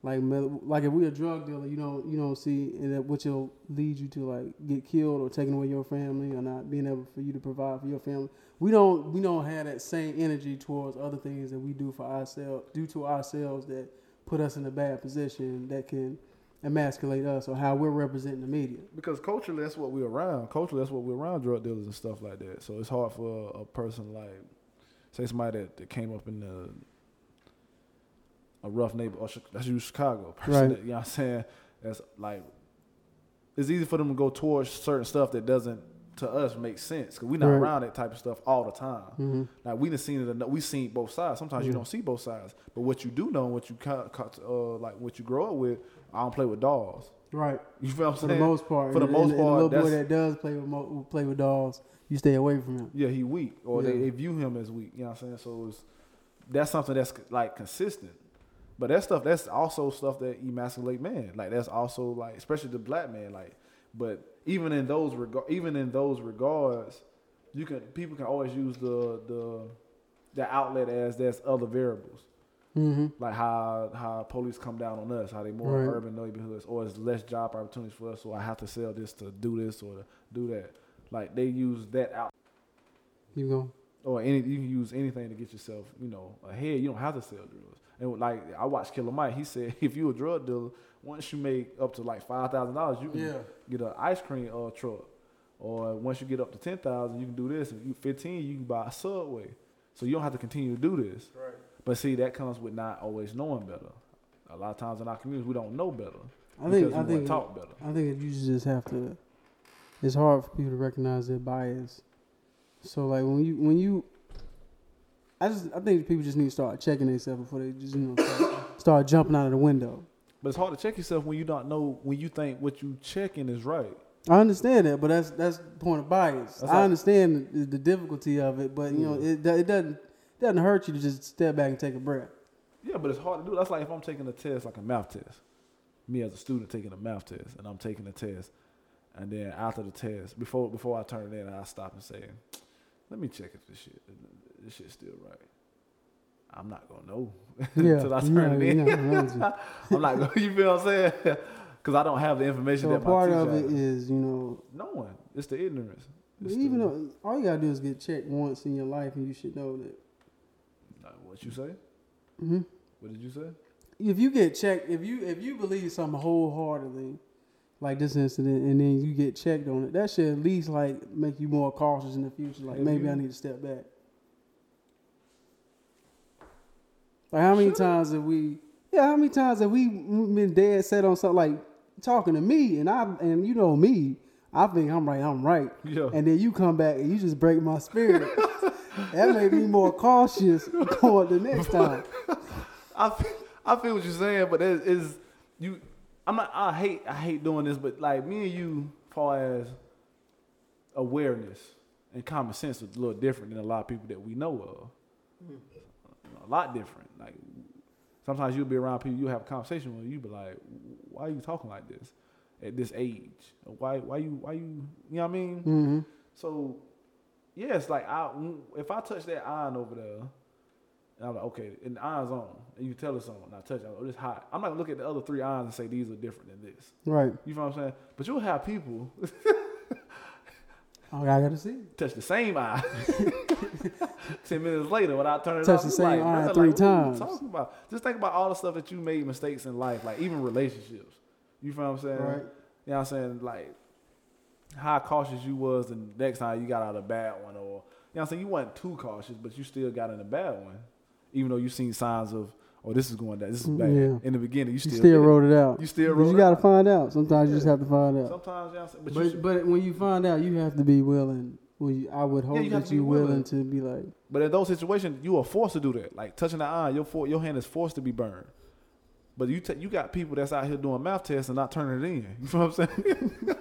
like, me- like if we're a drug dealer, you don't, you don't see, and that which will lead you to like get killed or taking away your family or not being able for you to provide for your family we don't we don't have that same energy towards other things that we do for ourselves do to ourselves that put us in a bad position that can emasculate us or how we're representing the media. Because culturally, that's what we're around. Culturally, that's what we're around drug dealers and stuff like that. So it's hard for a, a person like, say, somebody that, that came up in the, a rough neighbor, or Chi- let's use Chicago, Right. person that, you know what I'm saying? That's like, it's easy for them to go towards certain stuff that doesn't, to us, make sense. Because we're not Right. around that type of stuff all the time. Mm-hmm. Like we done seen it. enough- We seen both sides. Sometimes you Mhm. don't see both sides, but what you do know, and what you co- co- uh, like, what you grow up with. I don't play with dolls. Right. You feel what I'm For saying? the most part. For the And- most and- and part, the little boy that that's- does play with mo- who play with dolls, you stay away from him. Yeah, he weak, or they, Yeah. they view him as weak. You know what I'm saying? So it's that's something that's like consistent. But that stuff, that's also stuff that emasculate man. Like that's also like, especially the black man. Like, but even in those regard, even in those regards, you can people can always use the the the outlet as there's other variables. Mm-hmm. Like how how police come down on us, how they more Right. urban neighborhoods, or it's less job opportunities for us. So I have to sell this to do this or to do that. Like they use that out You go. or any you can use anything to get yourself, you know, ahead. You don't have to sell drugs. And like I watched Killer Mike, he said if you a drug dealer, once you make up to like five thousand dollars, you can get an ice cream uh, truck, or once you get up to ten thousand, you can do this. If you fifteen, you can buy a subway. So you don't have to continue to do this. Right. But see, that comes with not always knowing better. A lot of times in our communities, we don't know better I because think we I weren't think taught better. I think you just have to. It's hard for people to recognize their bias. So like when you when you, I just I think people just need to start checking themselves before they just you know start, start jumping out of the window. But it's hard to check yourself when you don't know when you think what you checking is right. I understand that, but that's that's the point of bias. That's I like- understand the, the difficulty of it, but you know it do- it doesn't doesn't hurt you to just step back and take a breath. Yeah, but it's hard to do. That's like if I'm taking a test, like a math test. Me as a student taking a math test, and I'm taking the test, and then after the test, before before I turn it in, I stop and say, "Let me check if this shit this shit's still right." I'm not gonna know Yeah, until I turn no, it in. no, no, it's- I'm not gonna. You feel what I'm saying? Because I don't have the information so that my part teacher of it has. is you know no one. It's the ignorance. It's even the, though all you gotta do is get checked once in your life, and you should know that. Like, what you say? hmm What did you say? if you get checked, if you if you believe something wholeheartedly, like this incident, and then you get checked on it, that should at least like make you more cautious in the future. Like Have maybe you- I need to step back. Like how many Should times have we? Yeah, how many times have we been dead set on something like talking to me, and I and you know me, I think I'm right, I'm right, Yeah. and then you come back and you just break my spirit. that made me more cautious going the next time. I feel, I feel what you're saying, but it is you. I'm not. I hate. I hate doing this, but like me and you, far as awareness and common sense is a little different than a lot of people that we know of. A lot different. Like sometimes you'll be around people, you have a conversation with, you be like, "Why are you talking like this at this age? Why? Why you? Why you? You know what I mean?" hmm So, yeah, it's like I mm, if I touch that iron over there, and I'm like, okay, and the iron's on, and you tell it's on, and I touch it, oh, it's hot. I'm not gonna look at the other three irons and say these are different than this. Right. You know what I'm saying? But you'll have people I gotta see. touch the same iron. Ten minutes later, when I turn it Touch off, the you same like, iron "Brother, three like, what are you times." Talking about just think about all the stuff that you made mistakes in life, like even relationships. You feel what I'm saying? Right. You know what I'm saying? Like, how cautious you was the next time you got out a bad one, or you know what I'm saying you wasn't too cautious, but you still got in a bad one, even though you seen signs of oh this is going down, this is bad. Mm-hmm. Yeah. In the beginning, you You still, still, did it. wrote it out. You still But wrote you it gotta out. find out. Sometimes you just Yeah. have to find out. Sometimes y'all, say- but, you, But, but when you find out, you have to be willing. Well, you, I would hope you have that to be you willing. willing. to be like, But in those situations, you are forced to do that. Like touching the eye, your for, your hand is forced to be burned. But you ta you got people that's out here doing mouth tests and not turning it in. You know what I'm saying?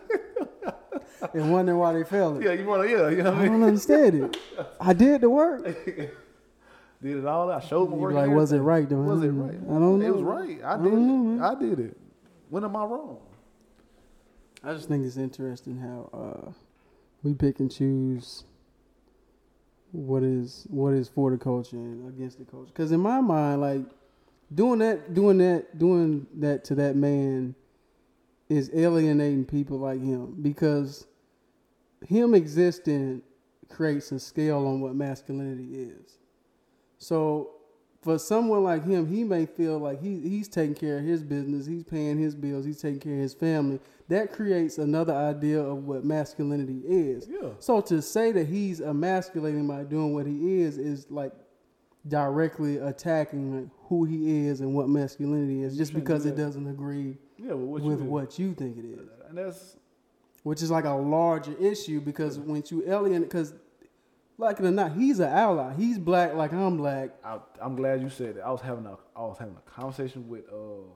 and wondering why they failed it. yeah, you want to. Yeah, you know what I I mean. don't understand it. I did the work. Did it all. I showed my You work. like, and was it everything. right? Though? Was I it don't know. right? I don't know. It was right. I I did don't it. know, man. I did it. When am I wrong? I just think it's interesting how uh, we pick and choose what is what is for the culture and against the culture. Because in my mind, like doing that, doing that, doing that to that man is alienating people like him because him existing creates a scale on what masculinity is. So for someone like him, he may feel like he he's taking care of his business, he's paying his bills, he's taking care of his family. That creates another idea of what masculinity is. Yeah. So to say that he's emasculating by doing what he is is like directly attacking like, who he is and what masculinity is, just shouldn't because do it that. doesn't agree Yeah. Well, what you with did. what you think it is, And that's which is like a larger issue because once you alien, because like it or not, he's an ally. He's black, like I'm black, I, I'm glad you said that. I was having a I was having a conversation with uh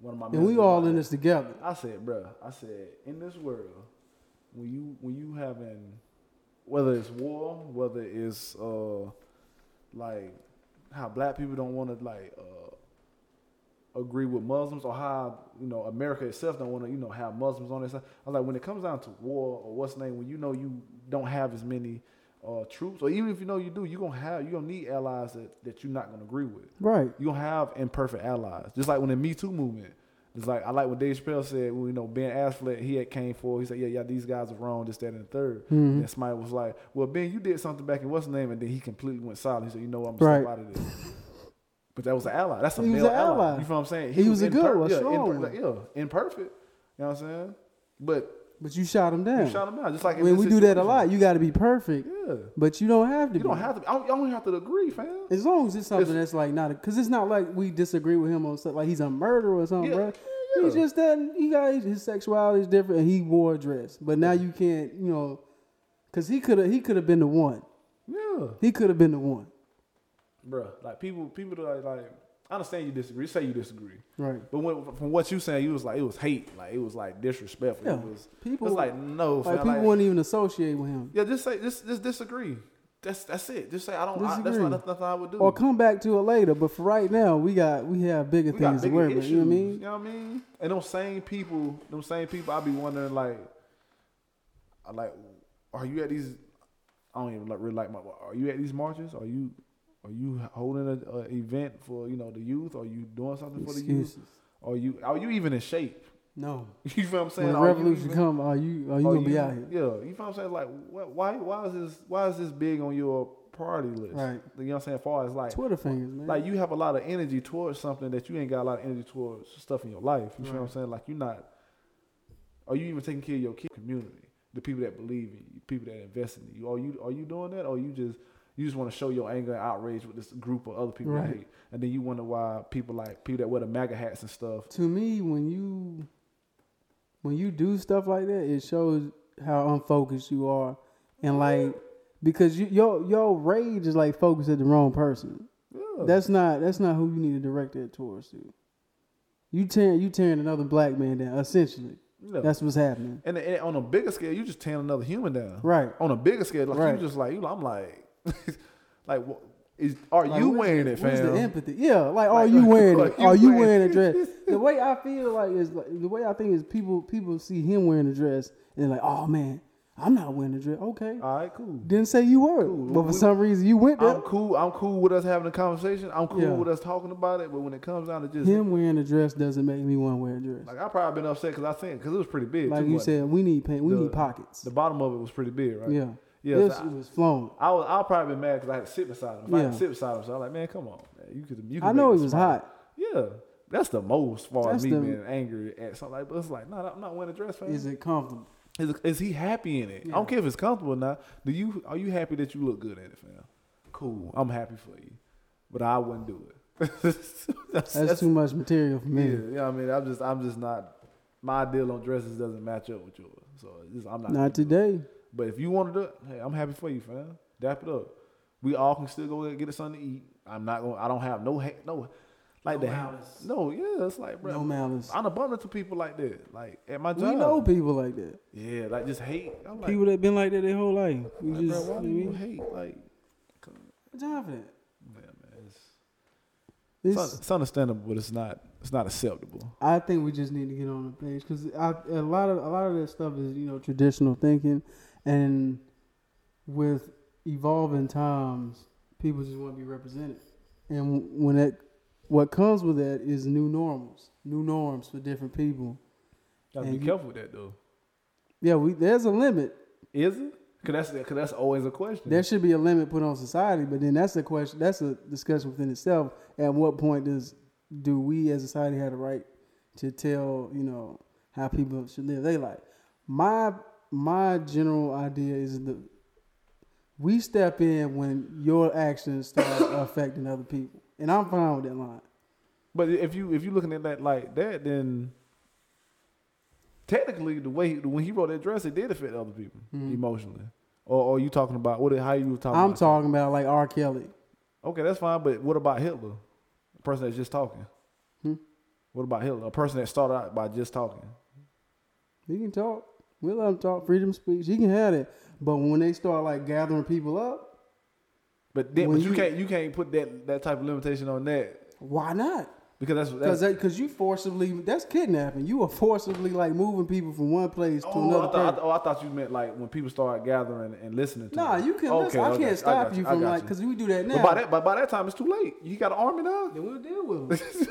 one of my and we mentors all about in that. this together. I said, bruh, I said, in this world, when you when you having whether it's war, whether it's uh like how black people don't want to like uh agree with Muslims or how you know America itself don't want to you know have Muslims on their side. I was like, when it comes down to war or what's name, when you know you don't have as many uh troops, or even if you know you do, you gonna have you gonna need allies that that you're not gonna agree with Right. you gonna have imperfect allies. Just like when the Me Too movement. It's like I like what Dave Chappelle said. Well, you know, Ben Affleck, he had came forward. He said, "Yeah, yeah, these guys are wrong. This, that, and the 3rd Mhm. And somebody was like, "Well, Ben, you did something back in what's the name?" And then he completely went silent. He said, "You know, what? I'm gonna step Right. out of this." But that was an ally. That's a He was male an ally. ally. You feel what I'm saying? He was a good imper- one, yeah, strong imper- one. yeah, imperfect. You know what I'm saying? But But you shot him down. you shot him out. Just like in when this we do that a situation. lot, you got to be perfect, Yeah, but you don't have to. you be. don't have to. I don't, I don't have to agree, fam. As long as it's something It's- that's like not, because it's not like we disagree with him on stuff like he's a murderer or something, Yeah, bro. yeah, He's yeah. just that he got his sexuality is different, and he wore a dress. But now you can't, you know, because he could have he could have been the one. Yeah. He could have been the one, Bruh, like people, people that like, like, I understand you disagree. Say you disagree, right? but when, from what you saying, you was like it was hate, like it was like disrespectful. Yeah, It was people- people it's like no, Like fam, people wouldn't even associate with him, yeah, just say just just disagree. That's that's it. Just say I don't. I, that's Disagree. not nothing I would do. or come back to it later. But for right now, we got we have bigger we things got to bigger worry about. issues. You know what I mean? And those same people, those same people, I be wondering like, I like, are you at these? I don't even like really like my. Are you at these marches? Are you? Are you holding an event for you know the youth? Are you doing something for the youth? Excuses. Are you are you even in shape? No. You feel what I'm saying? When the Are you revolution even- come, are you are you are gonna be out here? Yeah, you feel what I'm saying? Like, what, why why is this why is this big on your priority list? Right. You know what I'm saying? As far as like Twitter fingers, man. like you have a lot of energy towards something that you ain't got a lot of energy towards stuff in your life. You feel what I'm Right. saying? Like you're not. Are you even taking care of your kid community? The people that believe in you, people that invest in you. Are you are you doing that, or you just you just want to show your anger and outrage with this group of other people, Right. right. and then you wonder why people like people that wear the MAGA hats and stuff to me when you when you do stuff like that it shows how unfocused you are and like because you, your your rage is like focused at the wrong person Yeah. that's not that's not who you need to direct that towards to you tearing you tearing another black man down essentially Yeah. that's what's happening and, and on a bigger scale, you just tearing another human down. right On a bigger scale, like Right. you just like you. I'm like, like what is are Like, you where's wearing the- it, fam? where's the empathy? Yeah, like, are Like, you wearing it? Are you wearing a it? dress? The way I feel like is like, the way I think is people people see him wearing a dress and they're like, oh man, I'm not wearing a dress. Okay, All right, cool. didn't say you were, Cool. but for We- some reason you went there. I'm cool. I'm cool with us having a conversation. I'm cool Yeah. with us talking about it. But when it comes down to just Him wearing a dress doesn't make me want to wear a dress. Like, like, I probably been upset because I think because it was pretty big. too, you wasn't it? said, we need paint. We The- need pockets. the bottom of it was pretty big, right? Yeah, Yeah, This- so I- it was flowing. I was. I probably been mad because I had to sit beside him. If I had Yeah. to sit beside him, so I was like, man, come on, man. you could. You could I know make it me was smile." hot. Yeah, that's the most as far as That's me the- being angry at something. Like, but it's like, no, I'm not wearing a dress, fam. Is it comfortable? Is, is he happy in it? I Yeah. don't care if it's comfortable or not. Do you are you happy that you look good in it, fam? Cool. I'm happy for you. But I wouldn't do it. that's, That's, that's- too much material for yeah, me. yeah, I mean, I'm just, I'm just not. My deal on dresses doesn't match up with yours, so it's just, I'm not. Not today. But if you want to do it, hey, I'm happy for you, fam. Dap it up. We all can still go get us something to eat. I'm not going. to I don't have no ha- no like No that. malice. No, yeah, it's like bro. No malice. I'm abundant to people like that. Like at my job, We know people like that. Yeah, like just hate. I'm like, People that been like that their whole life. We like, just, bro, why you do know what I you mean? hate? Like, come What time for that? on, man, man, it's, it's, un- It's, it's understandable, but it's not. It's not acceptable. I think we just need to get on the page because a lot of a lot of that stuff is you know traditional thinking, and with evolving times, people just want to be represented, and when that what comes with that is new normals, new norms for different people. Gotta And be you- careful with that though. Yeah, we there's a limit. Is it? Cause that's cause that's always a question. There should be a limit put on society, but then that's a question. That's a discussion within itself. At what point does do we as a society have the right to tell you know how people should live their life? My my general idea is that we step in when your actions start affecting other people, and I'm fine with that line. But if you if you looking at that like that, then technically the way when he wrote that dress, it did affect other people Mhm. emotionally. Or, or you talking about what? How you talking? I'm about talking about like R. Kelly. Okay, that's fine. But what about Hitler? A person that's just talking. Hmm? What about Hitler? A person that started out by just talking. He can talk. We let him talk. Freedom of speech. He can have it. But when they start like gathering people up, But then, When but you, you- can't you can't put that that type of limitation on that why not? because that's, that's Because because you forcibly that's kidnapping. You are forcibly like moving people from one place to Oh, another I thought, I, place. th- oh, I thought you meant like when people start gathering and listening. to Nah, them. you can. Okay, listen, I I got you, I can't stop got you you, I from got like you. because we do that now. But by that, but by that time, it's too late. You got an army now. then we'll deal with them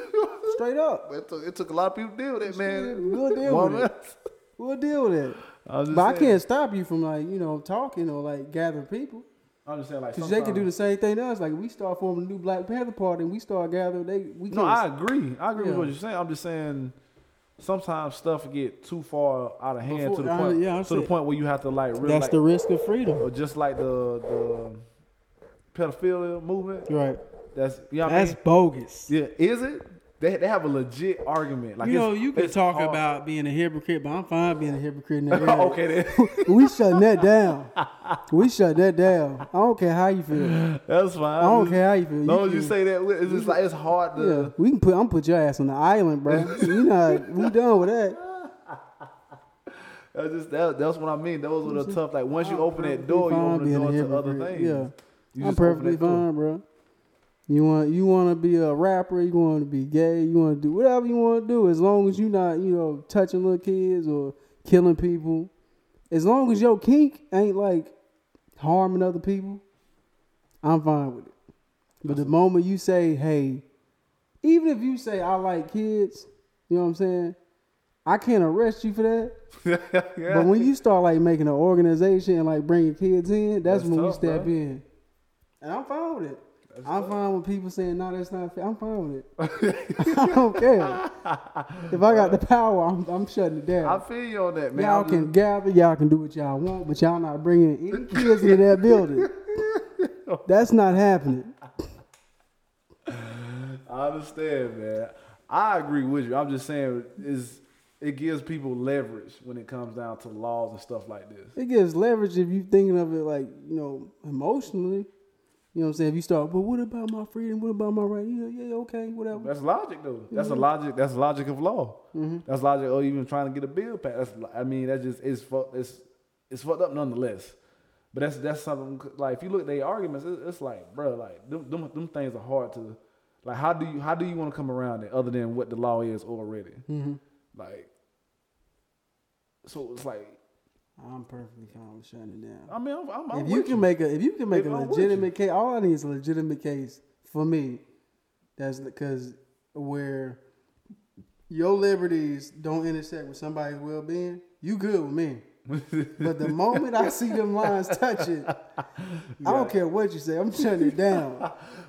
straight up. It took, it took a lot of people to deal with it, man. We'll deal One with it. month. We'll deal with it. I'm just But I saying- can't stop you from like you know talking or like gathering people I'm just saying, like, because they can do the sometimes- same thing to us. Like we start forming a new Black Panther Party and we start gathering. They we No, I can't- agree. I agree with Yeah. what you're saying. I'm just saying, sometimes stuff get too far out of hand Before- to the I- point yeah, I'm to the saying- point where you have to like really, that's like, the risk of freedom. or just like the the pedophilia movement. Right. That's you know what I That's mean? bogus. Yeah, is it? They, they have a legit argument. Like you it's- know, you can it's talk hard. Oh, about being a hypocrite, but I'm fine being a hypocrite in that area. okay, then. we shutting that down. We shut that down. I don't care how you feel. that's fine. I don't care how you feel. As long as you can- say that, it's just like it's hard to. yeah, we can put. I'm put your ass on the island, bro. We not. We done with that. That's just that, that's what I mean. Those were the tough. Like once you I'm open perfectly that door, you fine open the being door a to other hypocrite. things. Yeah. you I'm just open perfectly that door. fine, bro. You want you want to be a rapper, you want to be gay, you want to do whatever you want to do, as long as you're not you know touching little kids or killing people, as long as your kink ain't like harming other people, I'm fine with it. But the moment you say, hey, even if you say I like kids, you know what I'm saying, I can't arrest you for that. yeah. But when you start like making an organization and like bringing kids in, that's, That's when tough, you step bro. in. And I'm fine with it. That's I'm fine with people saying, no, that's not fair. I'm fine with it. I don't care. If I got the power, I'm, I'm shutting it I down. feel you on that, man. y'all I'm can just- gather, y'all can do what y'all want, but y'all not bringing any kids into that building. That's not happening. I understand, man. I agree with you. I'm just saying, is it gives people leverage when it comes down to laws and stuff like this. It gives leverage if you thinking of it like, you know, emotionally. You know what I'm saying? If you start, well, what about my freedom? What about my right? You know, yeah, okay, whatever. That's logic, though. That's a Mm-hmm. logic. That's logic of law. That's logic. Or even trying to get a bill passed. That's, I mean, that's just it's fuck, it's it's fucked up nonetheless. But that's that's something like if you look at their arguments, it's, it's like, bro, like them, them them things are hard to like. How do you how do you want to come around it other than what the law is already? Mm-hmm. Like, so it's like I'm perfectly fine with shutting it down. I mean, I'm, I'm, I'm if you with can make a if you can make If a I'm with legitimate case, all I need is a legitimate case for me. That's because where your liberties don't intersect with somebody's well being, you good with me. but the moment I see them lines touching, I don't care what you say, I'm shutting it down.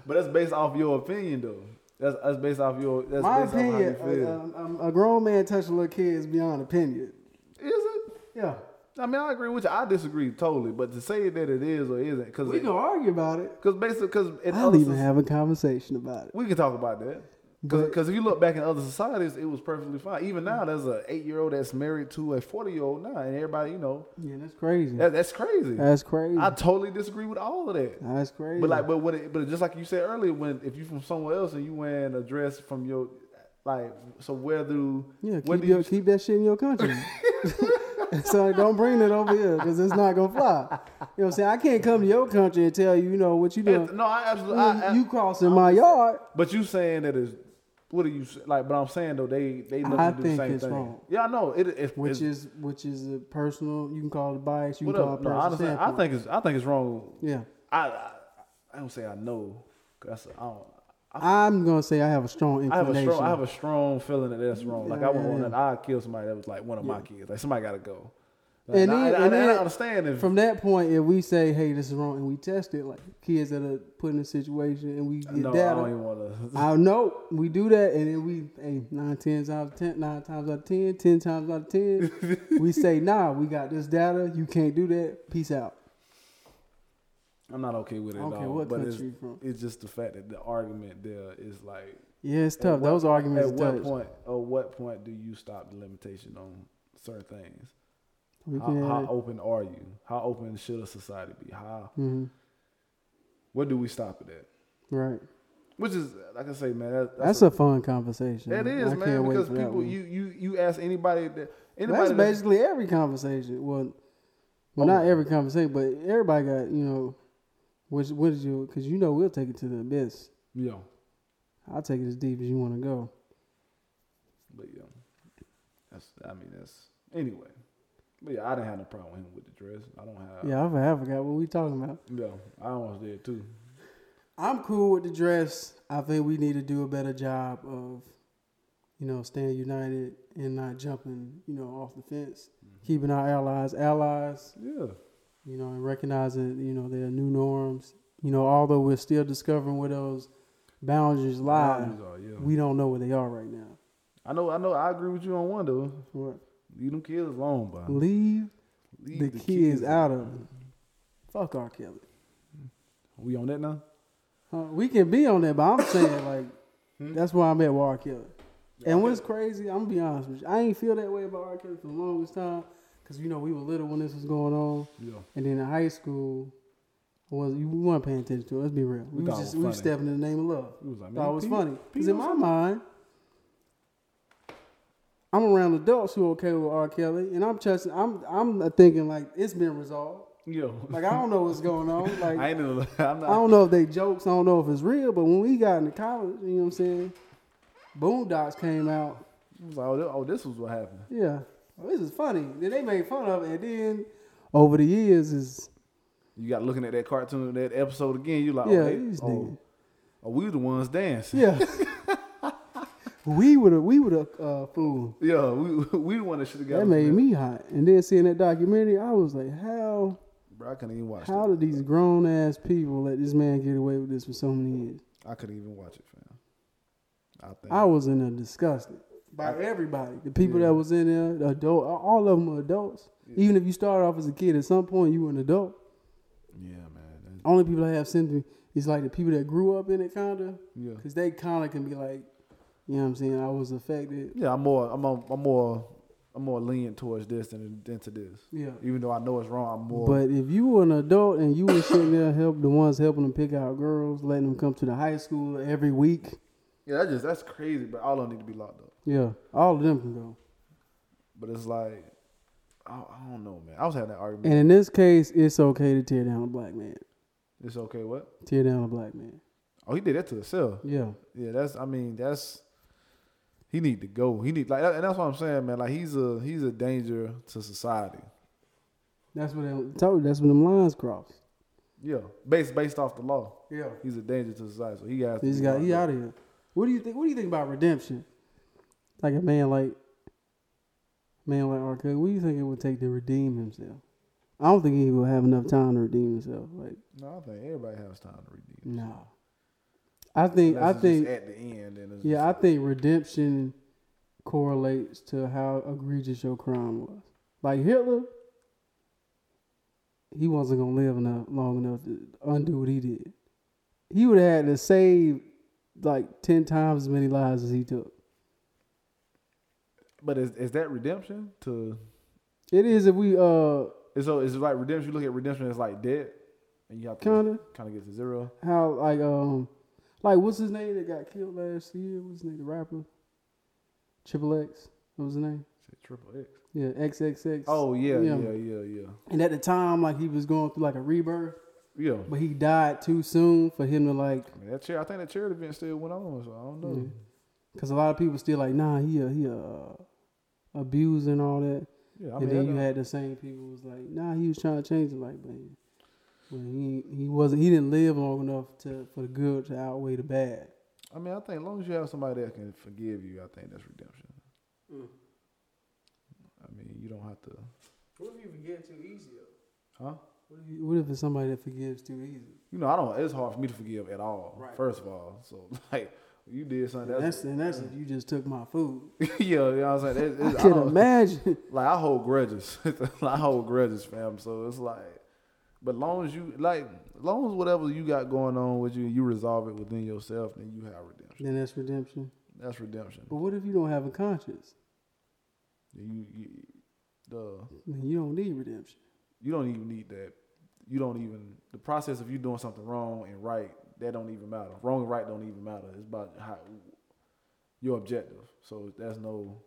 But that's based off your opinion, though. That's that's based off your. That's My based opinion, uh, um, Off how you feel. uh, a, a, a grown man touching a little kid is beyond opinion. is it? Yeah. I mean, I agree with you. I disagree totally, but to say that it is or isn't, because We can argue about it. because basically, because I'll even have a conversation about it. we can talk about that. But- Because if you look back in other societies, it was perfectly fine. Even now, there's an eight year old that's married to a forty year old now, and everybody, you know, Yeah, that's crazy. that, that's crazy. That's crazy. I totally disagree with all of that. That's crazy. But like, but what? It, but just like you said earlier, when if you from somewhere else and you wearing a dress from your, like, so where do? yeah, where keep, do your, you? keep that shit in your country. so don't bring it over here because it's not gonna fly. You know what I'm saying? I can't come to your country and tell you, you know what you It's- doing. no, I absolutely. I, I- you crossing my yard? But you saying that is what are you s- like? But I'm saying though they they looking I to do think the same it's thing. wrong. Yeah, I know it. it Which it's, is which is a personal. You can call it a bias. You can call it whatever. a No, personal. I, understand. I standpoint. think it's I think it's wrong. Yeah, I I, I don't say I know. 'cause That's I don't. I'm gonna say I have a strong I have a inclination. strong. I have a strong feeling that that's wrong. Like Yeah, I wouldn't yeah, want yeah. that. I kill somebody that was like one of my kids. Like somebody got to go. And And, I, then- and, I, and and I then- understand if From that point, if we say, "Hey, this is wrong," and we test it, like kids that are put in a situation, and we get no, I data, don't even want to. I know we do that, and then we hey, nine times out of ten, nine times out of ten, ten times out of ten, we say nah, we got this data. You can't do that. Peace out. I'm not okay with it I at don't care all. what but country it's, you from. it's just the fact that the argument there is like Yeah, it's At tough. what- Those arguments at are what tough. point at what point do you stop the limitation on certain things We how, can, how open are you how open should a society be how Mhm. where do we stop it at right. which is like i say man that, That's, a- a fun conversation. that is I man can't wait because for that people one. you you you ask anybody that anybody That's that- basically every conversation. Well, well, Oh. not every conversation, but everybody got you know, which what is you? Because you know we'll take it to the abyss. yeah I'll take it as deep as you want to go. but yeah that's i mean that's anyway but yeah i didn't have no problem with him with the dress i don't have yeah, I forgot, I forgot what we talking about. yeah i almost did too I'm cool with the dress. I think we need to do a better job of, you know, staying united and not jumping, you know, off the fence, keeping our allies allies, yeah you know, and recognizing, you know, their new norms. You know, although we're still discovering where those boundaries lie, Boundaries are, yeah. we don't know where they are right now. i know i know i agree with you on one though What? leave them kids alone bro Leave Leave the, kids out of it. Fuck R. Kelly. We on that now? Huh, Uh, we can be on that, but I'm saying like Hmm? that's why I'm at with R. Kelly. And what's crazy, I'm gonna be honest with you, I ain't feel that way about R. Kelly for the longest time, cause you know we were little when this was going on, Yeah. and then in high school, was you we weren't paying attention to it. Let's be real, we, We was thought it just was we was funny. stepping in the name of love. It was like, thought man, it was Pete- funny, Pete cause in was my funny. mind, I'm around adults who okay with R. Kelly, and I'm trusting. I'm I'm thinking like it's been resolved. Yo. Like I don't know what's going on. Like I ain't even, I'm I not. don't know if they jokes. I don't know if it's real. But when we got into college, you know what I'm saying? Boondocks came out. it was like, oh, thi- oh, this was what happened. Yeah, oh, this is funny. Then they made fun of it. And then over the years is You got looking at that cartoon, that episode again. You like, Yeah, oh, they, these oh, niggas. oh, we the ones dancing. yeah. we would have we would have uh, fool. Yeah, we we the one that should have got. That us made there. me hot. And then seeing that documentary, I was like, how Bro, I couldn't even watch. how that. did these grown ass people let this man get away with this for so many years? I couldn't even watch it, fam. I think. I was in there disgusted by everybody. The people that was in there, the adult, all of them were adults. Even if you started off as a kid, at some point you were an adult. yeah, man. That's- Only people that have sympathy is like the people that grew up in it, kinda, yeah. because they kinda can be like, you know what I'm saying? I was affected. Yeah, I'm more. I'm. a- I'm more. I'm more lenient towards this than, than to this. Yeah. Even though I know it's wrong, I'm more. But if you were an adult and you were sitting there help the ones helping them pick out girls, letting them come to the high school every week, yeah, that just that's crazy. But all don't need to be locked up. yeah, all of them can go. But it's like, I, I don't know, man. I was having that argument. And in this case, it's okay to tear down a black man. It's okay. What? Tear down a black man. Oh, he did that to himself. Yeah. Yeah, that's. I mean, that's. He need to go. He need like, and that's what I'm saying, man. Like he's a he's a danger to society. That's what them told. That's when them lines cross. Yeah, based based off the law, Yeah, he's a danger to society. So he got. he's got he out of here. What do you think? What do you think about redemption? Like a man like man like R. Kelly, what do you think it would take to redeem himself? I don't think he will have enough time to redeem himself. Like No, I think everybody has time to redeem. no, I think Unless I it's just think at the end. And it's yeah, I just- think redemption correlates to how egregious your crime was. Like Hitler, he wasn't gonna live enough long enough to undo what he did. He would have had to save like ten times as many lives as he took. But is is that redemption? To It is if we uh and so is it like redemption? You look at redemption as like dead, and you have to Kinda. kind of get to zero. how like um like what's his name that got killed last year? What's his name? The rapper, Triple X. What was his name? Say Triple X. Yeah, XXX. Oh yeah, yeah, Yeah. yeah, yeah, And at the time, like he was going through like a rebirth, yeah. but he died too soon for him to like, I mean, that chair, I think that charity event still went on, so I don't know. Yeah. cause a lot of people still like, nah, he a, he a abused and all that. Yeah, I and mean, then I you know. had the same people was like, nah, he was trying to change it, like, man, when he he wasn't, he didn't live long enough to for the good to outweigh the bad. I mean, I think as long as you have somebody that can forgive you, I think that's redemption. Mm. I mean, you don't have to, What if you forgive too easy? huh? What if, you, what if it's somebody that forgives too easy? You know, I don't. It's hard for me to forgive at all. Right. First of all, so like you did something. And That's, that's and that's if you just took my food. yeah, you know what I'm saying. It's, I it's, I can don't- imagine. like I hold grudges. I hold grudges, fam. So it's like, but long as you like, long as whatever you got going on with you, you resolve it within yourself, then you have redemption. then that's redemption. That's redemption. But what if you don't have a conscience? You, you, the Then you don't need redemption. you don't even need that. You don't even the process of you doing something wrong and right that don't even matter. Wrong and right don't even matter. It's about how your objective. So that's no.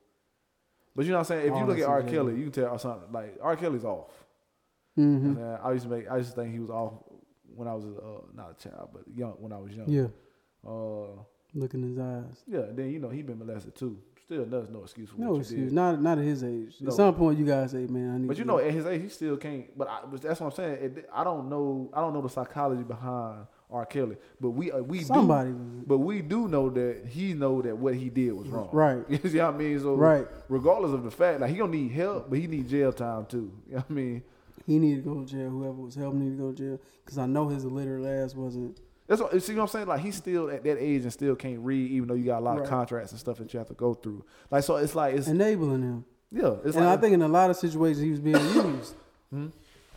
But you know what I'm saying. If you Oh, look at that's R. objective. Kelly, you can tell something like R. Kelly's off. You know Mm-hmm. what I'm saying? I used to make. I used to think he was off when I was uh, not a child, but young when I was young. Yeah, Uh, look in his eyes. yeah. Then you know he been molested too. Still, there's no excuse for what No you excuse. did. Not not at his age. No. At some point, you guys say, man, I need. But you to know, at his age, he still can't. But, I, but that's what I'm saying. It, I don't know. I don't know the psychology behind R. Kelly. But we uh, we somebody. Do, was- but we do know that he know that what he did was wrong. Right. You see what I mean? So Right. Regardless of the fact, like he don't need help, but he need jail time too. You know what I mean? He needed to go to jail. Whoever was helping needed to go to jail because I know his illiterate ass wasn't. That's what, you see what I'm saying. Like he's still at that age and still can't read, even though you got a lot of Right. contracts and stuff that you have to go through. Like so, it's like it's enabling him. yeah. It's and like I think in a lot of situations he was being used. Hmm?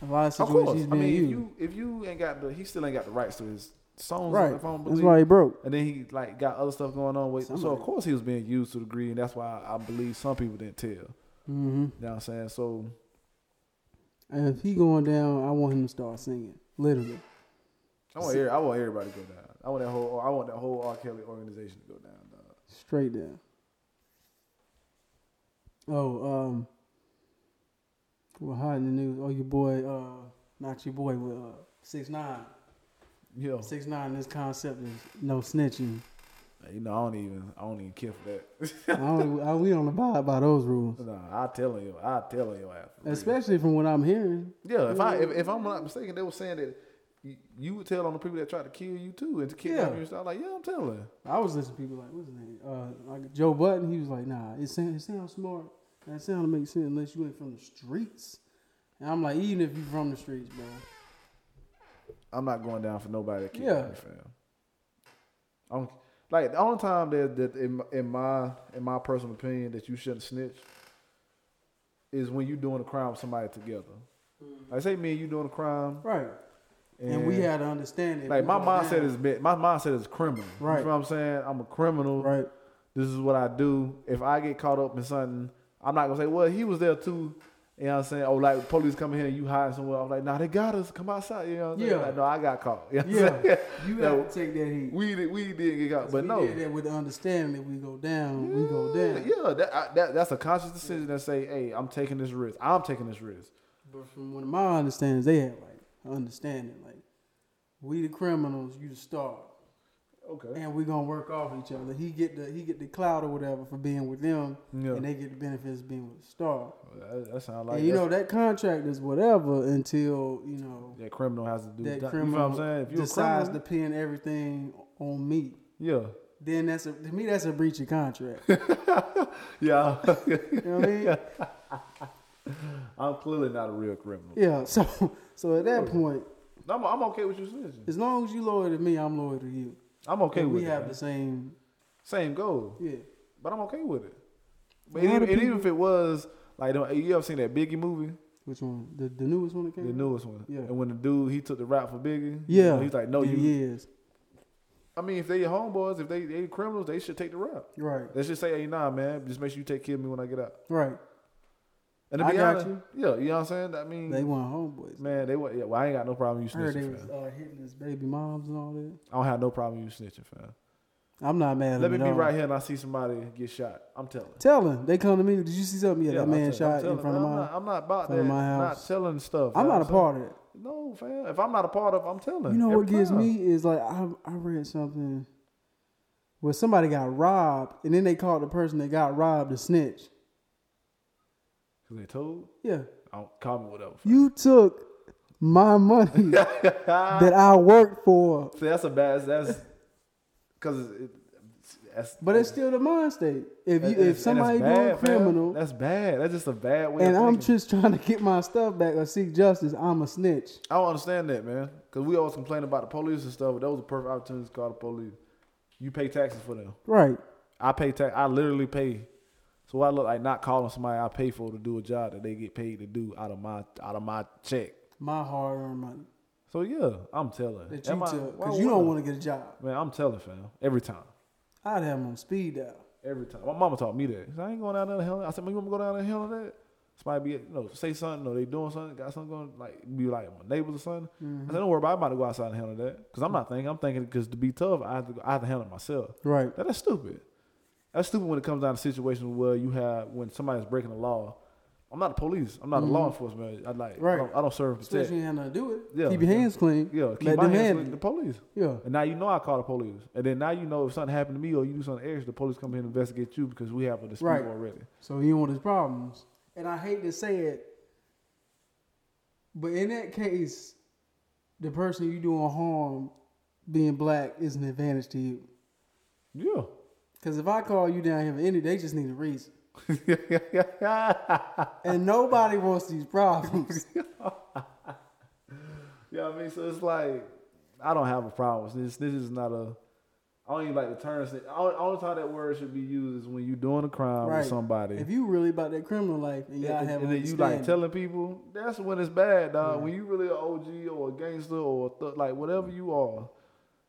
A lot of of situations course. he's I being mean, if used. you if you ain't got the he still ain't got the rights to his songs. right. If I don't That's believe, why he broke. And then he like got other stuff going on with. So of Somebody- course he was being used to the degree, and that's why I believe some people didn't tell. You hmm know what I'm saying? So And if he going down, I want him to start singing. Literally. I want every, I want everybody to go down. I want that whole I want that whole R. Kelly organization to go down. Dog. Straight down. Oh, um We're hot in the news. Oh, your boy, uh not your boy with uh six nine. Yeah. Six nine this concept is no snitching. You know I don't even I don't even care for that. I don't, I, we don't abide by those rules. nah, I tell you, I tell you after. Especially from what I'm hearing. Yeah, if I if, if I'm not mistaken, they were saying that you, you would tell on the people that tried to kill you too and to kidnap Yeah. you and stuff. Like yeah, I'm telling. I was listening to people like, what's his name? Uh, like Joe Button. He was like, nah, it sound, it sounds smart. That sound makes sense unless you ain't from the streets. And I'm like, even if you from the streets, bro. I'm not going down for nobody that kidnapped Yeah. me, fam. I don't, like the only time that, that in, in my in my personal opinion that you shouldn't snitch is when you doing a crime with somebody together. Like say me and you doing a crime, Right. and, Mm. And, we had to understand it. like We my going mindset down. is mi- my mindset is criminal. Right. You know what I'm saying? I'm a criminal. Right. This is what I do. If I get caught up in something, I'm not gonna say, well, he was there too. You know what I'm saying? Oh, like police come here and you hide somewhere. I'm like, nah, they got us. Come outside. You know what I'm saying? Yeah. Like, no, I got caught. You know what I'm Yeah. saying? You No. have to take that heat. We did, we did get caught, but we no. did that with the understanding that we go down, we go down. Yeah, that, I, that that's a conscious decision that say, hey, I'm taking this risk. I'm taking this risk. But from what my understanding, they had like an understanding, like we the criminals, you the star. Okay. and we're gonna work off each other. He get the he get the clout or whatever for being with them, Yeah. Oh, and they get the benefits of being with the star. That, that sounds like and you that's- know that contract is whatever until you know that criminal has to do. that That criminal you know what I'm saying? If you're decides a to criminal, pin everything on me. yeah, Then that's a to me that's a breach of contract. you yeah. know what I mean? I'm clearly not a real criminal. Yeah. So so Oh, at that point, I'm, I'm okay with you snitching. as long as you loyal to me, I'm loyal to you. I'm okay And with we it. have man. the same. Same goal, Yeah. but I'm okay with it. But A lot even, of and even people- if it was like, you ever seen that Biggie movie? Which one? The the newest one that The came. out? newest one. Yeah. And when the dude he took the rap for Biggie. you Yeah. know, he's like, no, yeah, you. Yes. I mean, if they your homeboys, if they they criminals, they should take the rap. Right. They should say, hey, nah, man, just make sure you take care of me when I get out. Right. And to I be got honest, you. yeah, you know what I'm saying. I mean, They want homeboys. man, they wa- yeah, well, I ain't got no problem you I heard they snitching, was fam. uh, hitting his baby moms and all that. I don't have no problem you snitching, fam. I'm not mad at Let me them be at all. right here and I see somebody get shot. I'm telling. Tell him. They come to me. Did you see something? Yeah, that I'm man telling- I'm shot in telling- front of I'm mine. Not, I'm not about front that. of my Not house. telling stuff. I'm you know not a what saying? part of it. No, fam. If I'm not a part of, it, I'm telling. You know what Every gets time. me is like I I read something where somebody got robbed and then they called the person that got robbed a snitch. 'Cause They told. Yeah. I don't call me whatever. fam. You took my money that I worked for. See, that's a bad. That's because it, that's. But it's still the mind state. If you if somebody doing bad, fam. criminal that's bad. That's just a bad way. and of I'm thinking. just trying to get my stuff back or seek justice, I'm a snitch. I don't understand that, man. Because we always complain about the police and stuff, but that was a perfect opportunity to call the police. You pay taxes for them. Right. I pay tax. I literally pay. So I look like not calling somebody I pay for to do a job that they get paid to do out of my out of my check. My hard earned money So yeah, I'm telling. that Am you I- took why because you don't want wouldn't to get a job. I? Man, I'm telling, fam. Every time. I'd have them on speed dial. Every time. My mama taught me that. She said, I ain't going down there to hell. I said, "Man, you want me to go down there to hell on that? Somebody be, you know, say something, or they doing something, got something going, like, be like my neighbors or something. Mm-hmm. I said, don't worry about it. I'm about to go outside and handle that. Because I'm not thinking. I'm thinking, because to be tough, I have to, I have to handle it myself. Right. That, that's stupid. That's stupid when it comes down to situations where you have, when somebody's breaking the law. I'm not the police. I'm not a law enforcement. I like, Mm-hmm. Right. I, don't, I don't serve and protect. Especially you ain't nothing to do it. Yeah. Keep your hands clean. Yeah, keep Let my them hands handle with it. the police. Yeah. And now you know I call the police. And then now you know if something happened to me or you do something extra, the police come here and investigate you because we have a dispute Right. already. So you don't want his problems. And I hate to say it, but in that case, the person you doing harm being black is an advantage to you. Yeah. Because if I call you down here for any, they just need a reason. yeah, And nobody wants these problems. I mean, so it's like I don't have a problem. with This this is not a. I don't even like the term. sni- All Only time that word should be used is when you're doing a crime Right. with somebody. if you really about that criminal life and and, y'all have and then you like understanding, telling people that's when it's bad, dog. When you really an OG or a gangster or a th- like whatever you are,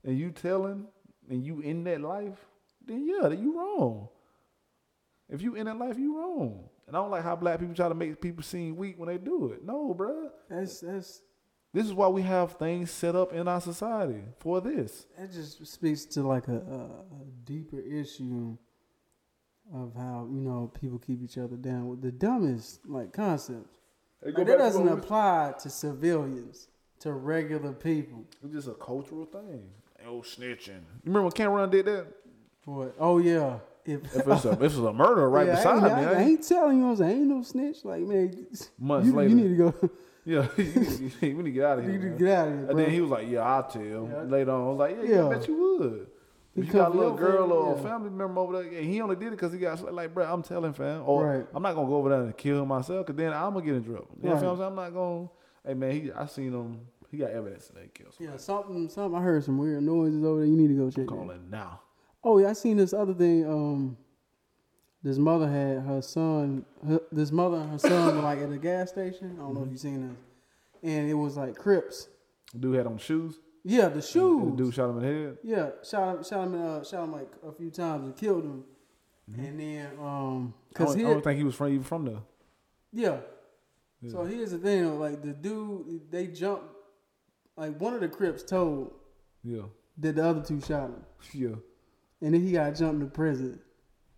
and you telling and you in that life, then yeah, then you wrong. If you in that life, you wrong. And I don't like how black people try to make people seem weak when they do it. No, bruh. that's that's This is why we have things set up in our society for this. that just speaks to like a, a, a deeper issue of how you know people keep each other down with the dumbest like concepts. Like, that doesn't apply to civilians, to regular people. It's just a cultural thing. Oh, snitching. You remember when Cameron did that? What? Oh yeah. If, If it's a, if it's a murder right Yeah, I beside ain't, me, I, I I ain't- ain't telling you, I was- I ain't no snitch. Like man, Months you, later. you need to go. Yeah, you need to- we need to get out of you here. need to man. get out of here, and bro. then he was like, "Yeah, I'll tell." Later on, I was like, "Yeah, yeah, I Yeah. bet you would." He If you got a covered little up, girl or a yeah. family member over there, and he only did it because he got sl- like, bro, I'm telling fam, or Right. I'm not gonna go over there and kill him myself, cause then I'm gonna get in trouble. You know what Right. I'm saying? I'm not gonna. Hey man, he, I seen him. He got evidence that he killed. Someone. yeah, something, something. I heard some weird noises over there. You need to go check. I'm that. calling now. Oh yeah, I seen this other thing. Um, this mother had her son. Her, this mother and her son were like at a gas station. I don't Mm-hmm. know if you seen this, and it was like Crips. Dude had on shoes. Yeah, the shoes. The dude shot him in the head. Yeah, shot him, shot him, uh, shot him like a few times and killed him. Mm-hmm. And then, um, I cause don't, I he, don't think he was from even from there. yeah. So here's the thing, though, like the dude, they jumped. Like one of the Crips told Yeah, that the other two shot him, yeah. and then he got jumped to prison.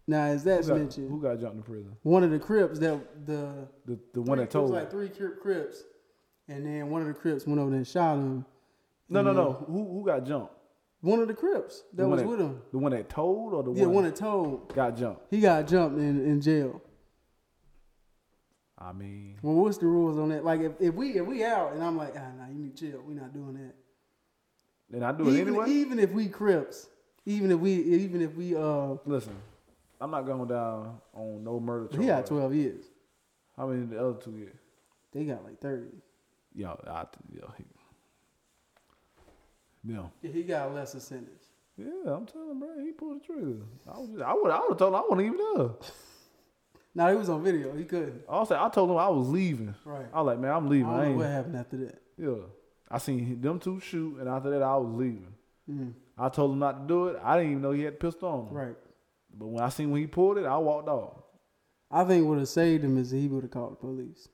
Now is that Who got, mentioned? who got jumped in prison? One of the Crips that the The the one three- that told. it was like three Cri- Crips, and then one of the Crips went over there and shot him. no, no, and no. Who who got jumped? One of the Crips that The one was that- with him. The one that told or the Yeah, one, one that told. got jumped? He got jumped in, in jail. I mean, Well, what's the rules on that? Like, if, if we if we out and I'm like, ah, nah, you need to chill. We're not doing that. and I do it even, anyway. even if we Crips, even if we even if we uh, Listen, I'm not going down on no murder charge. he got 12 years. How many did the other two get? They got like 30. Yo, I, yo, he, yeah, Yeah, he got a lesser sentence. yeah. I'm telling you, bro, he pulled the trigger. I was, just, I would, I would have told him I wasn't even there. No, nah, he was on video. He couldn't. Also, I told him I was leaving. Right. I was like, man, I'm I leaving. I, don't know ain't. what happened after that. Yeah. I seen them two shoot, and after that, I was leaving. Mm, I told him not to do it. I didn't even know he had the pistol on. him. Oh. right. But when I seen when he pulled it, I walked off. I think would have saved him is he would have called the police.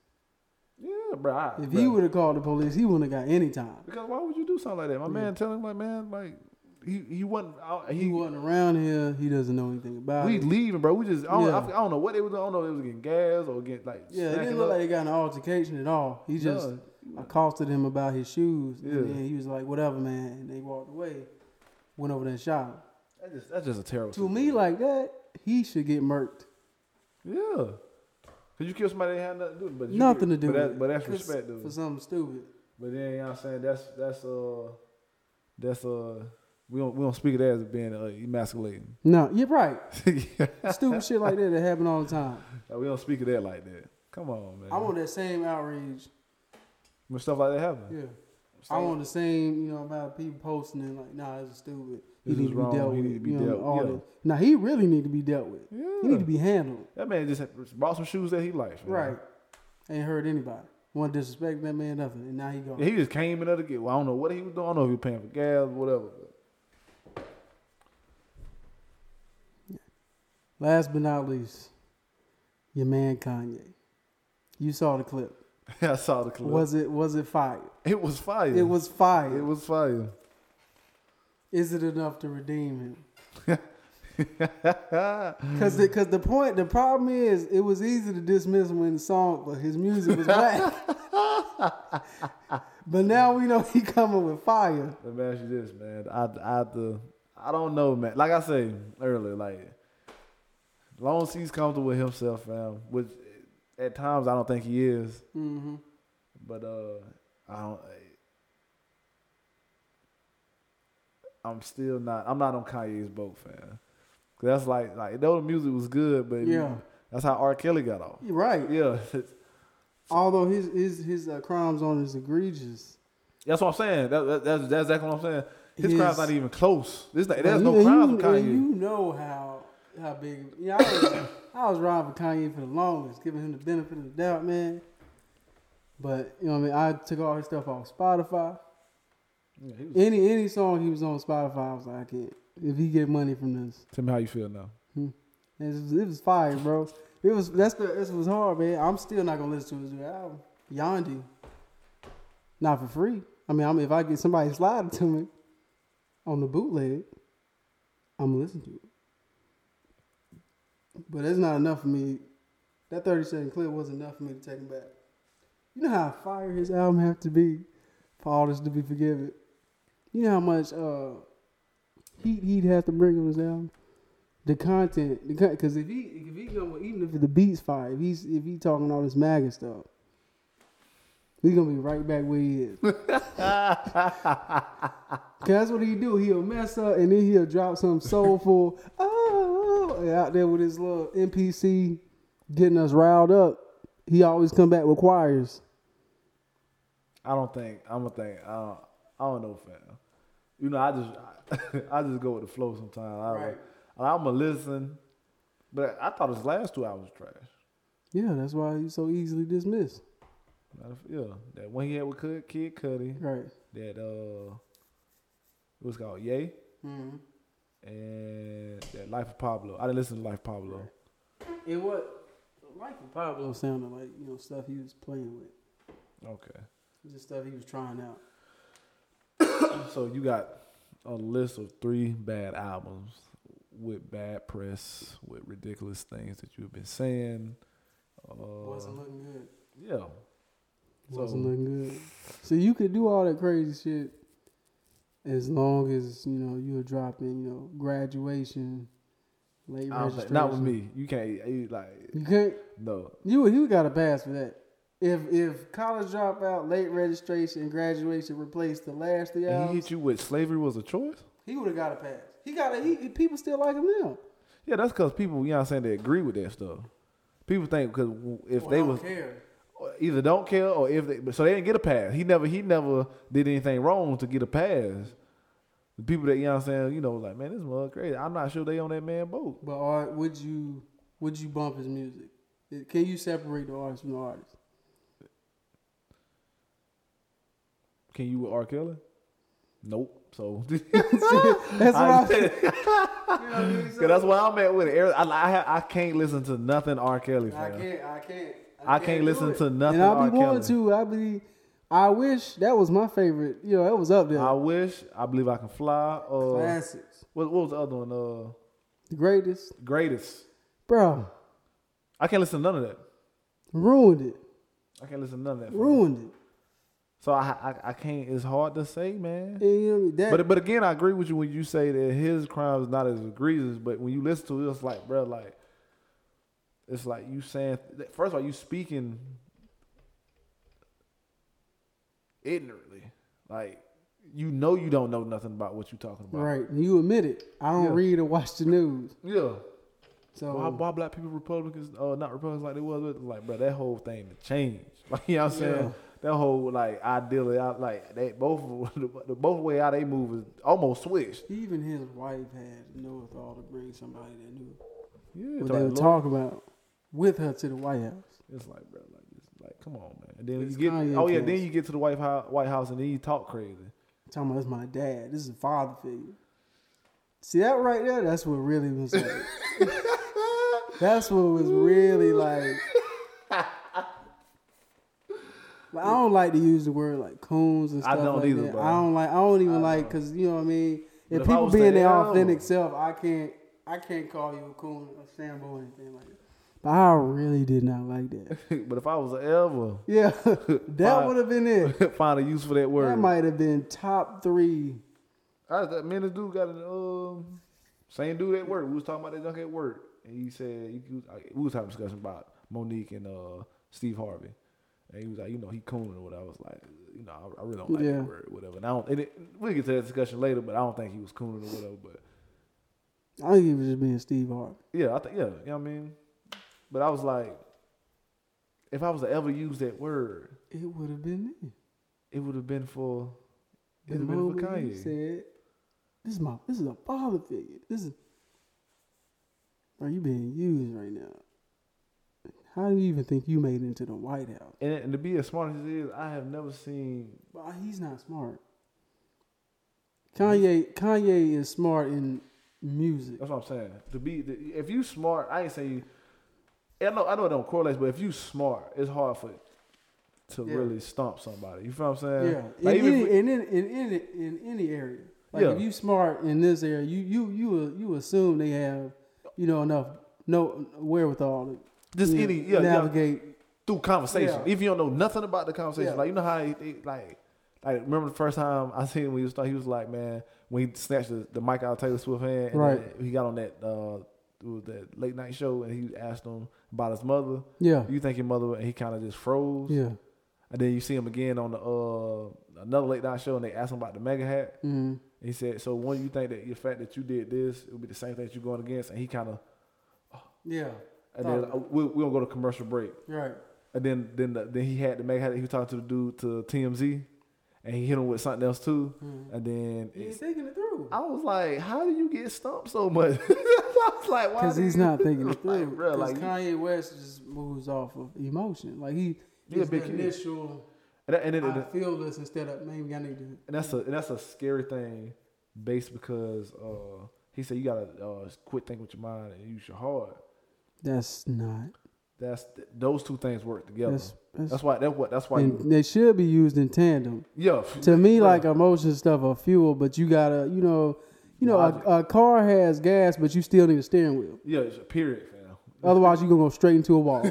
Yeah, bro. I, If bro. he would have called the police, he wouldn't have got any time. because why would you do something like that? My Yeah. man telling him like, man, like he he wasn't out. He, He wasn't around here. He doesn't know anything about we it. leaving, bro. We just I don't, Yeah. I, I don't know what they was. I don't know if they was getting gas or getting like. Yeah, it snacking didn't look up. like he got in an altercation at all. He just No. accosted him about his shoes, Yeah. and then he was like, "Whatever, man," and they walked away. Went over there and shot him. That's just that's just a terrible. To me, like that, he should get murked. yeah, cause you kill somebody that had nothing to do. with it, But you Nothing to get- do But, with that- it. but that's 'Cause- respect, though. for something stupid. But then you know what I'm saying that's that's uh that's uh we don't we don't speak of that as being uh, emasculating. No, you're right. yeah. stupid shit like that that happen all the time. Like, we don't speak of that like that. Come on, man. I want that same outrage. when stuff like that happen. Yeah, I Same. want the same. You know, about people posting and like, nah, this is stupid. He This needs is to wrong. be dealt He with. need to be you know, dealt- all yeah. that. Now he really need to be dealt with. He Yeah. need to be handled. That man just had- bought some shoes that he likes. man. Right. Ain't hurt anybody. One disrespect that man nothing, and now he gone. Yeah, he just came in there to get. Well, I don't know what he was doing. I don't know if he was paying for gas or whatever. Last but not least, your man Kanye. You saw the clip. But I saw the clip. Was it was it fire? it was fire. It was fire. It was fire. Is it enough to redeem him? Cause the, cause the point the problem is it was easy to dismiss him when the song but his music was whack. but now we know he coming with fire. Let me ask you this, man. I I the I don't know, man. Like I say earlier, like as long as he's comfortable with himself, man. Which at times I don't think he is, Mm-hmm. hmm but uh, I don't. I'm still not. I'm not on Kanye's boat, fan. Cause that's like like though the music was good, but Yeah. that's how R. Kelly got off. You're right. Yeah, Although his his his uh, crimes on is egregious. that's what I'm saying. That, that, that's that's exactly what I'm saying. His, His- crime's not even close. There's, not, there's And you- no and crimes you- with Kanye. and You know how how big. Yeah, I was, I was riding with Kanye for the longest, giving him the benefit of the doubt, man. But you know, what I mean, I took all his stuff off Spotify. Yeah, he was- Any any song he was on Spotify, I was like, I can't. If he get money from this, Tell me how you feel now. it was, it was fire, bro. It was that's the this was hard, man. I'm still not gonna listen to his new album, Yandi. Not for free. I mean, I'm, if I get somebody sliding to me on the bootleg, I'm gonna listen to it. But it's not enough for me. That 30 second clip wasn't enough for me to take him back. You know how fire his album have to be for all this to be forgiven. You know how much uh, heat he'd have to bring on his album. The content, the because if he if he come with, even if the beats fire, if he's if he talking all this MAGA stuff, he gonna be right back where he is. Cause that's what he do. He'll mess up and then he'll drop some soulful oh and out there with his little NPC getting us riled up. He always come back with choirs. I don't think I'm a thing. I don't, I don't know, fam. You know, I just I, just go with the flow sometimes. I, Right. I'm gonna listen, but I thought his last two albums was trash. Yeah, that's why he's so easily dismissed. Matter of- Yeah, that one he had with Kid, Kid Cudi, Right. that uh, it was called Yay, Mm-hmm. and that Life of Pablo. I didn't listen to Life of Pablo. It what Life of Pablo sounded like you know stuff he was playing with, Okay, just stuff he was trying out. so you got a list of three bad albums with bad press, with ridiculous things that you've been saying. Uh, Wasn't looking good. Yeah. Wasn't looking good. So you could do all that crazy shit as long as you know you were dropping you know graduation, late I don't registration. think- not with me. You can't. You like You can't. no. You you got to pass for that. If if college dropout, late registration, and graduation replaced the last three And he albums, hit you with slavery was a choice. he would have got a pass. He got a. He, people still like him now. Yeah, that's because people. You know, what I'm saying they agree with that stuff. People think because if Well, I they don't was uh, care. either don't care or if they so they didn't get a pass. He never he never did anything wrong to get a pass. The people that you know what I'm saying, you know, was like, man, this mug crazy. I'm not sure they on that man boat. But are, would you would you bump his music? It- Can you separate the artist from the artist? Can you with R. Kelly? Nope. So That's what I, I- Cause that's where I'm at with it. Every- I, I, ha- I can't listen to nothing R. Kelly. I Fam. can't. I can't. I can't do listen it. to nothing And I R. be Kelly. wanting to. I be. I wish that was my favorite. You know, that was up there. I wish. I believe I can fly. Uh, Classics. what, what was the other one? Uh, The greatest, greatest. bro. I can't listen to none of that. Ruined it. I can't listen to none of that. fam. Ruined So I, I I can't. It's hard to say, man. it. And, you know, that, But but again, I agree with you when you say that his crime is not as egregious. But when you listen to it, it's like, bro, like it's like you saying. First of all, you speaking ignorantly, like you know you don't know nothing about what you're talking about. right. You admit it. I don't Yeah. read or watch the news. Yeah. So Why, why black people Republicans? Uh, not Republicans like they was. But like, bro, that whole thing to change. Like you know what I'm saying. Yeah. That whole like ideally, I, like they both the, the both way how they move is almost switched. even his wife had wherewithal to bring somebody that knew what Yeah, like, they were Lord, talking about with her to the White House. It's like, bro, like, it's like, come on, man. And then It's you get, Kanye oh yeah, West. then you get to the White House, White House, and then you talk crazy. Talking about, that's my dad. This is a father figure. See that right there? That's what really was like. that's what was really like. Like, I don't like to use the word like coons and I stuff don't like either, that. bro. I don't like. I don't even I like know. because you know what I mean. But If, if I people was being to their hell- authentic self, I can't. I can't call you a coon, a sambo, or anything like that. But I really did not like that. but if I was ever Yeah, that Fine. would have been it. find a use for that word, That might have been top three. I, that, me and this dude got an um, same dude at work. We was talking about that junk at work, and he said he, was- I- we was having a discussion about Monique and uh Steve Harvey, and he was like, you know, he cooning or whatever. I was like, you know, I, I really don't like Yeah. that word, whatever. And I don't. And it, we get to that discussion later, but I don't think he was cooning or whatever. But I think it was just being Steve Harvey. Yeah, I think yeah, you know what I mean? But I was like, if I was to ever use that word, It would have been me. it would have been for it The would have been moment for you Kanye. said, "This is my, this is a father figure. This is, bro, you being used right now. How do you even think you made it into the White House? and, and to be as smart as he is, I have never seen But he's not smart. Kanye, Kanye is smart in music. that's what I'm saying. To be the, if you smart, I ain't saying you I know I know it don't correlate, but if you smart, it's hard for to Yeah. really stomp somebody. You feel what I'm saying? Yeah, Like, in, even any, if we- in, any- in any in any area. Like Yeah. if you smart in this area, you you you you assume they have, you know, enough no wherewithal to just you know, any yeah, yeah, navigate. through conversation. Yeah. If you don't know nothing about the conversation, Yeah. like you know how he, he- like like remember the first time I seen him when he was he was like man when he snatched the, the mic out of Taylor Swift hand and Right. then he got on that uh it was that late night show and he asked him about his mother. Yeah, You think your mother and he kind of just froze. yeah. And then you see him again on the uh another late night show and they asked him about the mega hat. Mm. He said, "So when you think that the fact that you did this, it would be the same thing that you're going against." And he kind of Yeah. and then uh, we we gonna go to commercial break. Right. And then then the, then he had to make he was talking to the dude to TMZ, and he hit him with something else too. And then He ain't it's, thinking it through. I was like, how do you get stumped so much? I was like, why? Because do he's you- not thinking it Like, through. bro, Because like, Kanye West just moves off of emotion. Like he, He a he's big the kid. initial. and, that- and, then- I feel this instead of maybe I need to. and that's a and that's a scary thing, based because uh, he said you gotta uh, quit thinking with your mind and use your heart. That's not. That's those two things work together. That's That's, that's. why that's what that's why and you, they should be used in tandem. yeah. to me, Right. like emotion stuff are fuel, but you gotta, you know, you know, Logic. a, a car has gas, but you still need a steering wheel. Yeah, it's a period, fam. Otherwise, you gonna go straight into a wall.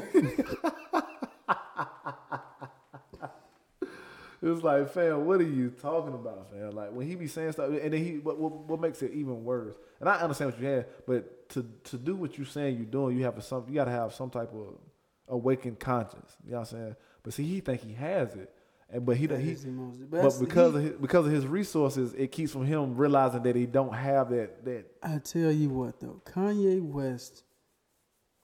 It was like, fam, what are you talking about, fam? Like when he be saying stuff, and then he what, what, what makes it even worse? And I understand what you had, but to to do what you saying you doing, you have a, some you gotta have some type of awakened conscience. You know what I'm saying? But see, he think he has it, and but he don't. He, He's the most- but that's- because he- of his, because of his resources, it keeps from him realizing that he don't have that that. I tell you what though, Kanye West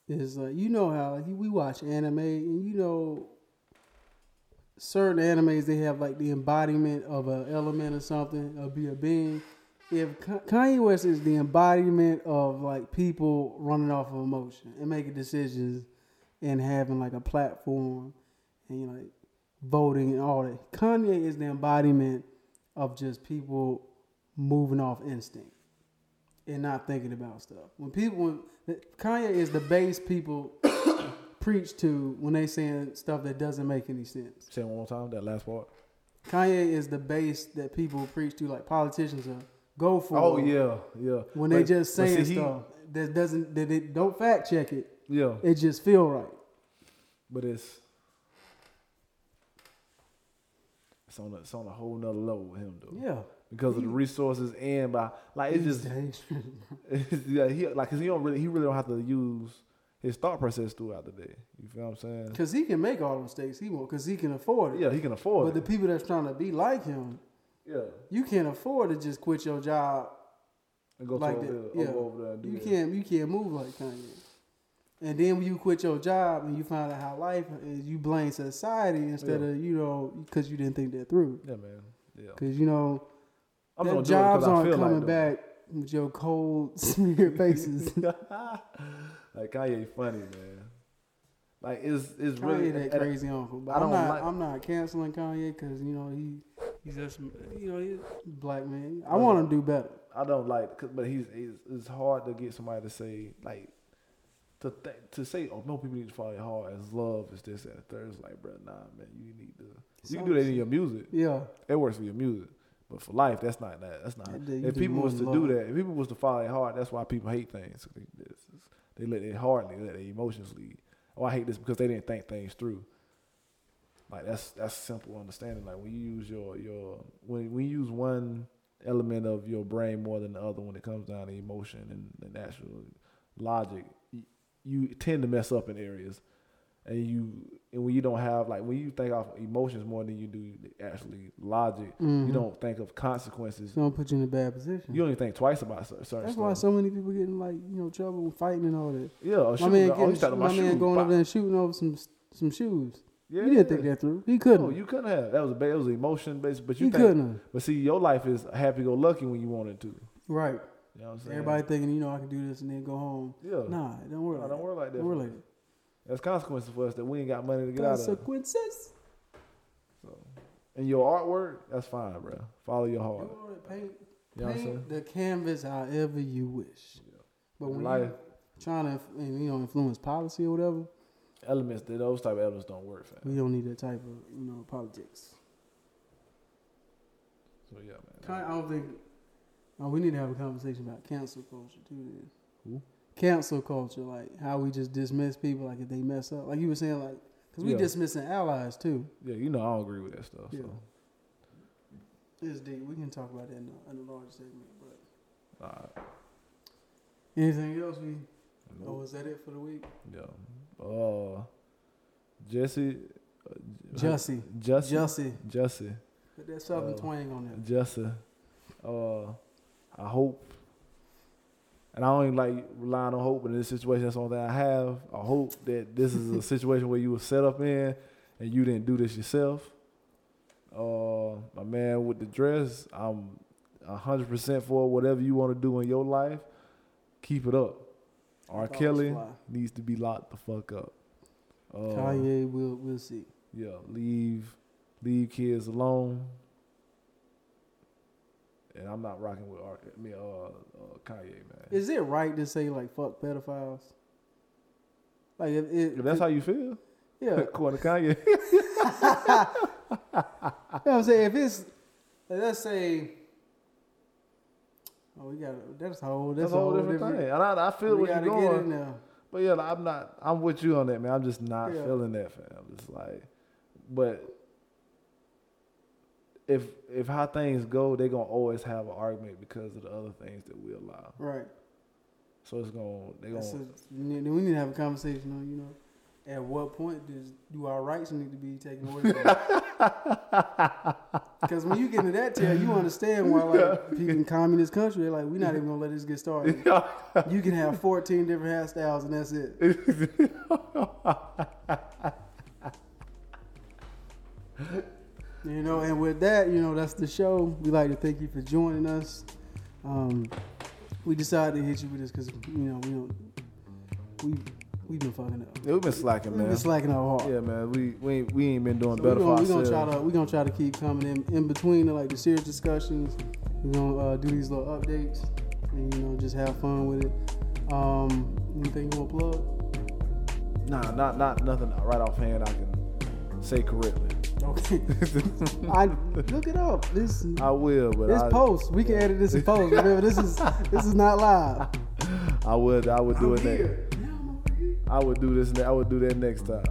is like you know how like, we watch anime and you know certain animes they have like the embodiment of a element or something or be a being. If Ka- Kanye West is the embodiment of like people running off of emotion and making decisions and having like a platform and you know, like voting and all that. Kanye is the embodiment of just people moving off instinct and not thinking about stuff. When people, when, Kanye is the base people preach to when they saying stuff that doesn't make any sense. Say it one more time. That last part. Kanye is the base that people preach to, like politicians are. Go for Oh it. yeah, yeah. When But- they just but see, saying he- stuff that doesn't, that it don't fact check it. Yeah, It just feel right. but it's it's on a, it's on a whole nother level with him though. Yeah. Because of the resources and by like it's just yeah he like 'cause he don't really he really don't have to use his thought process throughout the day. You feel what I'm saying? because he can make all the mistakes he want because he can afford it. Yeah, he can afford But the it. people that's trying to be like him, yeah, you can't afford to just quit your job and go like to that. over, there, yeah. over, over there. And do you that. can't you can't move like Kanye. And then when you quit your job and you find out how life is, you blame society instead Yeah. of you know because you didn't think that through. Yeah, man. Yeah. Because you know I'm that gonna do it 'cause jobs I aren't feel like coming doing it. back with your cold smeared faces. like Kanye funny, man. Like it's it's really Kanye that and- crazy uncle, but I I'm don't not. like- I'm not canceling Kanye because you know he he's just you know he's a black man. I want him to do better. I don't like, 'cause- but he's, he's it's hard to get somebody to say like to th- to say oh no people need to follow your heart as love is this and the third. It's like bro, nah man, you need to you can do that in your music. Yeah, It works for your music, but for life that's not that. That's not. Yeah, dude, you if do people more was to than do love. that, if people was to follow their heart, that's why people hate things. They, it's- it's- they let their heart lead, let their emotions lead. Oh, I hate this because they didn't think things through. Like that's that's simple understanding. Like when you use your your when when you use one element of your brain more than the other when it comes down to emotion and the natural logic, you, you tend to mess up in areas, and you and when you don't have like when you think of emotions more than you do actually logic, Mhm. you don't think of consequences. It's gonna put you in a bad position. You don't even think twice about cer- certain That's stuff. why so many people getting like you know trouble and fighting and all that. yeah, or My shooting, man, oh, you talking getting, about my man shooting, going pop. over there and shooting over some some shoes. Yeah, he didn't think that through. He couldn't. No, you couldn't have. That was a ba- that was an emotion based, but you he think, couldn't. have. But see, your life is happy go lucky when you want it to. Right. You know what I'm saying? Everybody thinking you know I can do this and then go home. Yeah. Nah, it don't work. Nah, like don't that. work like that. Don't work like that. That's consequences for us that we ain't got money to get out of. Consequences. So, and your artwork, that's fine, bro. Follow your You heart. wanna paint You know what I'm saying? paint the canvas however you wish. Yeah. But when Life you trying to you know influence policy or whatever, elements, those type of elements don't work, fam. we don't need that type of you know politics. So yeah, man. Kind- I don't think. Oh, we need to have a conversation about cancel culture too. Then. Who? Cancel culture, like how we just dismiss people, like if they mess up, like you were saying, like because we Yeah. dismissing allies too. yeah, you know I don't agree with that stuff. Yeah. So. It's deep. We can talk about that in a, in a larger segment. But All right. anything else? We oh, Nope. is that it for the week? Yeah. Uh, Jesse. uh, Jussie. Jesse. Jussie, Jesse. put that southern Uh, twang on there. Jesse. Uh, I hope. And I don't even like relying on hope, but in this situation, that's all that I have. I hope that this is a situation where you were set up in, and you didn't do this yourself. Uh, my man with the dress, I'm hundred percent for whatever you want to do in your life. Keep it up. R. Thoughts Kelly fly. needs to be locked the fuck up. Uh, Kanye, we'll we'll see. yeah, leave leave kids alone. And I'm not rocking with R- I mean, uh, uh, Kanye, man. Is it right to say like fuck pedophiles? Like if, it, if that's how you feel, yeah, according to Kanye, You know what I'm saying? If it's like, let's say Oh, we got that's a whole that's that's, a whole different, thing. And I, I feel we what you're gotta get in going, there. but yeah, like, I'm not. I'm with you on that, man. I'm just not Yeah. feeling that, fam. It's like, but if if how things go, they're gonna always have an argument because of the other things that we allow. Right. So it's gonna they gonna That's a, we need- we need to have a conversation on, you know, at what point does do our rights need to be taken away? Because when you get into that tier, you understand why like people in communist country, they're like, we're not even gonna let this get started. you can have fourteen different hairstyles and that's it. You know, and with that, you know, that's the show. We'd like to thank you for joining us. Um, we decided to hit you with this because, you know, we don't, we, We've been fucking up. Yeah, we've been slacking, We've man. been slacking up hard. Yeah, man. We we ain't, we ain't been doing So better we gonna, for we gonna ourselves. try to we gonna try to keep coming in in between the, like the serious discussions. We're gonna uh, do these little updates and you know just have fun with it. Um, anything you want to plug? Nah, not not nothing right offhand I can say correctly. Okay, I look it up. This I will, but this I, post we can edit this in post. Remember this is this is not live. I would I would do I'm it. Next. here. Now I'm over here. I would do this. ne- I would do that next time.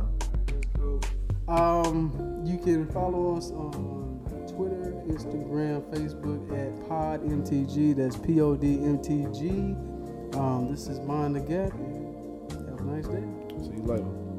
Um, you can follow us on Twitter, Instagram, Facebook at PodMTG. That's P O D M T G. Um, this is Mine the Gap. Have a nice day. See you later.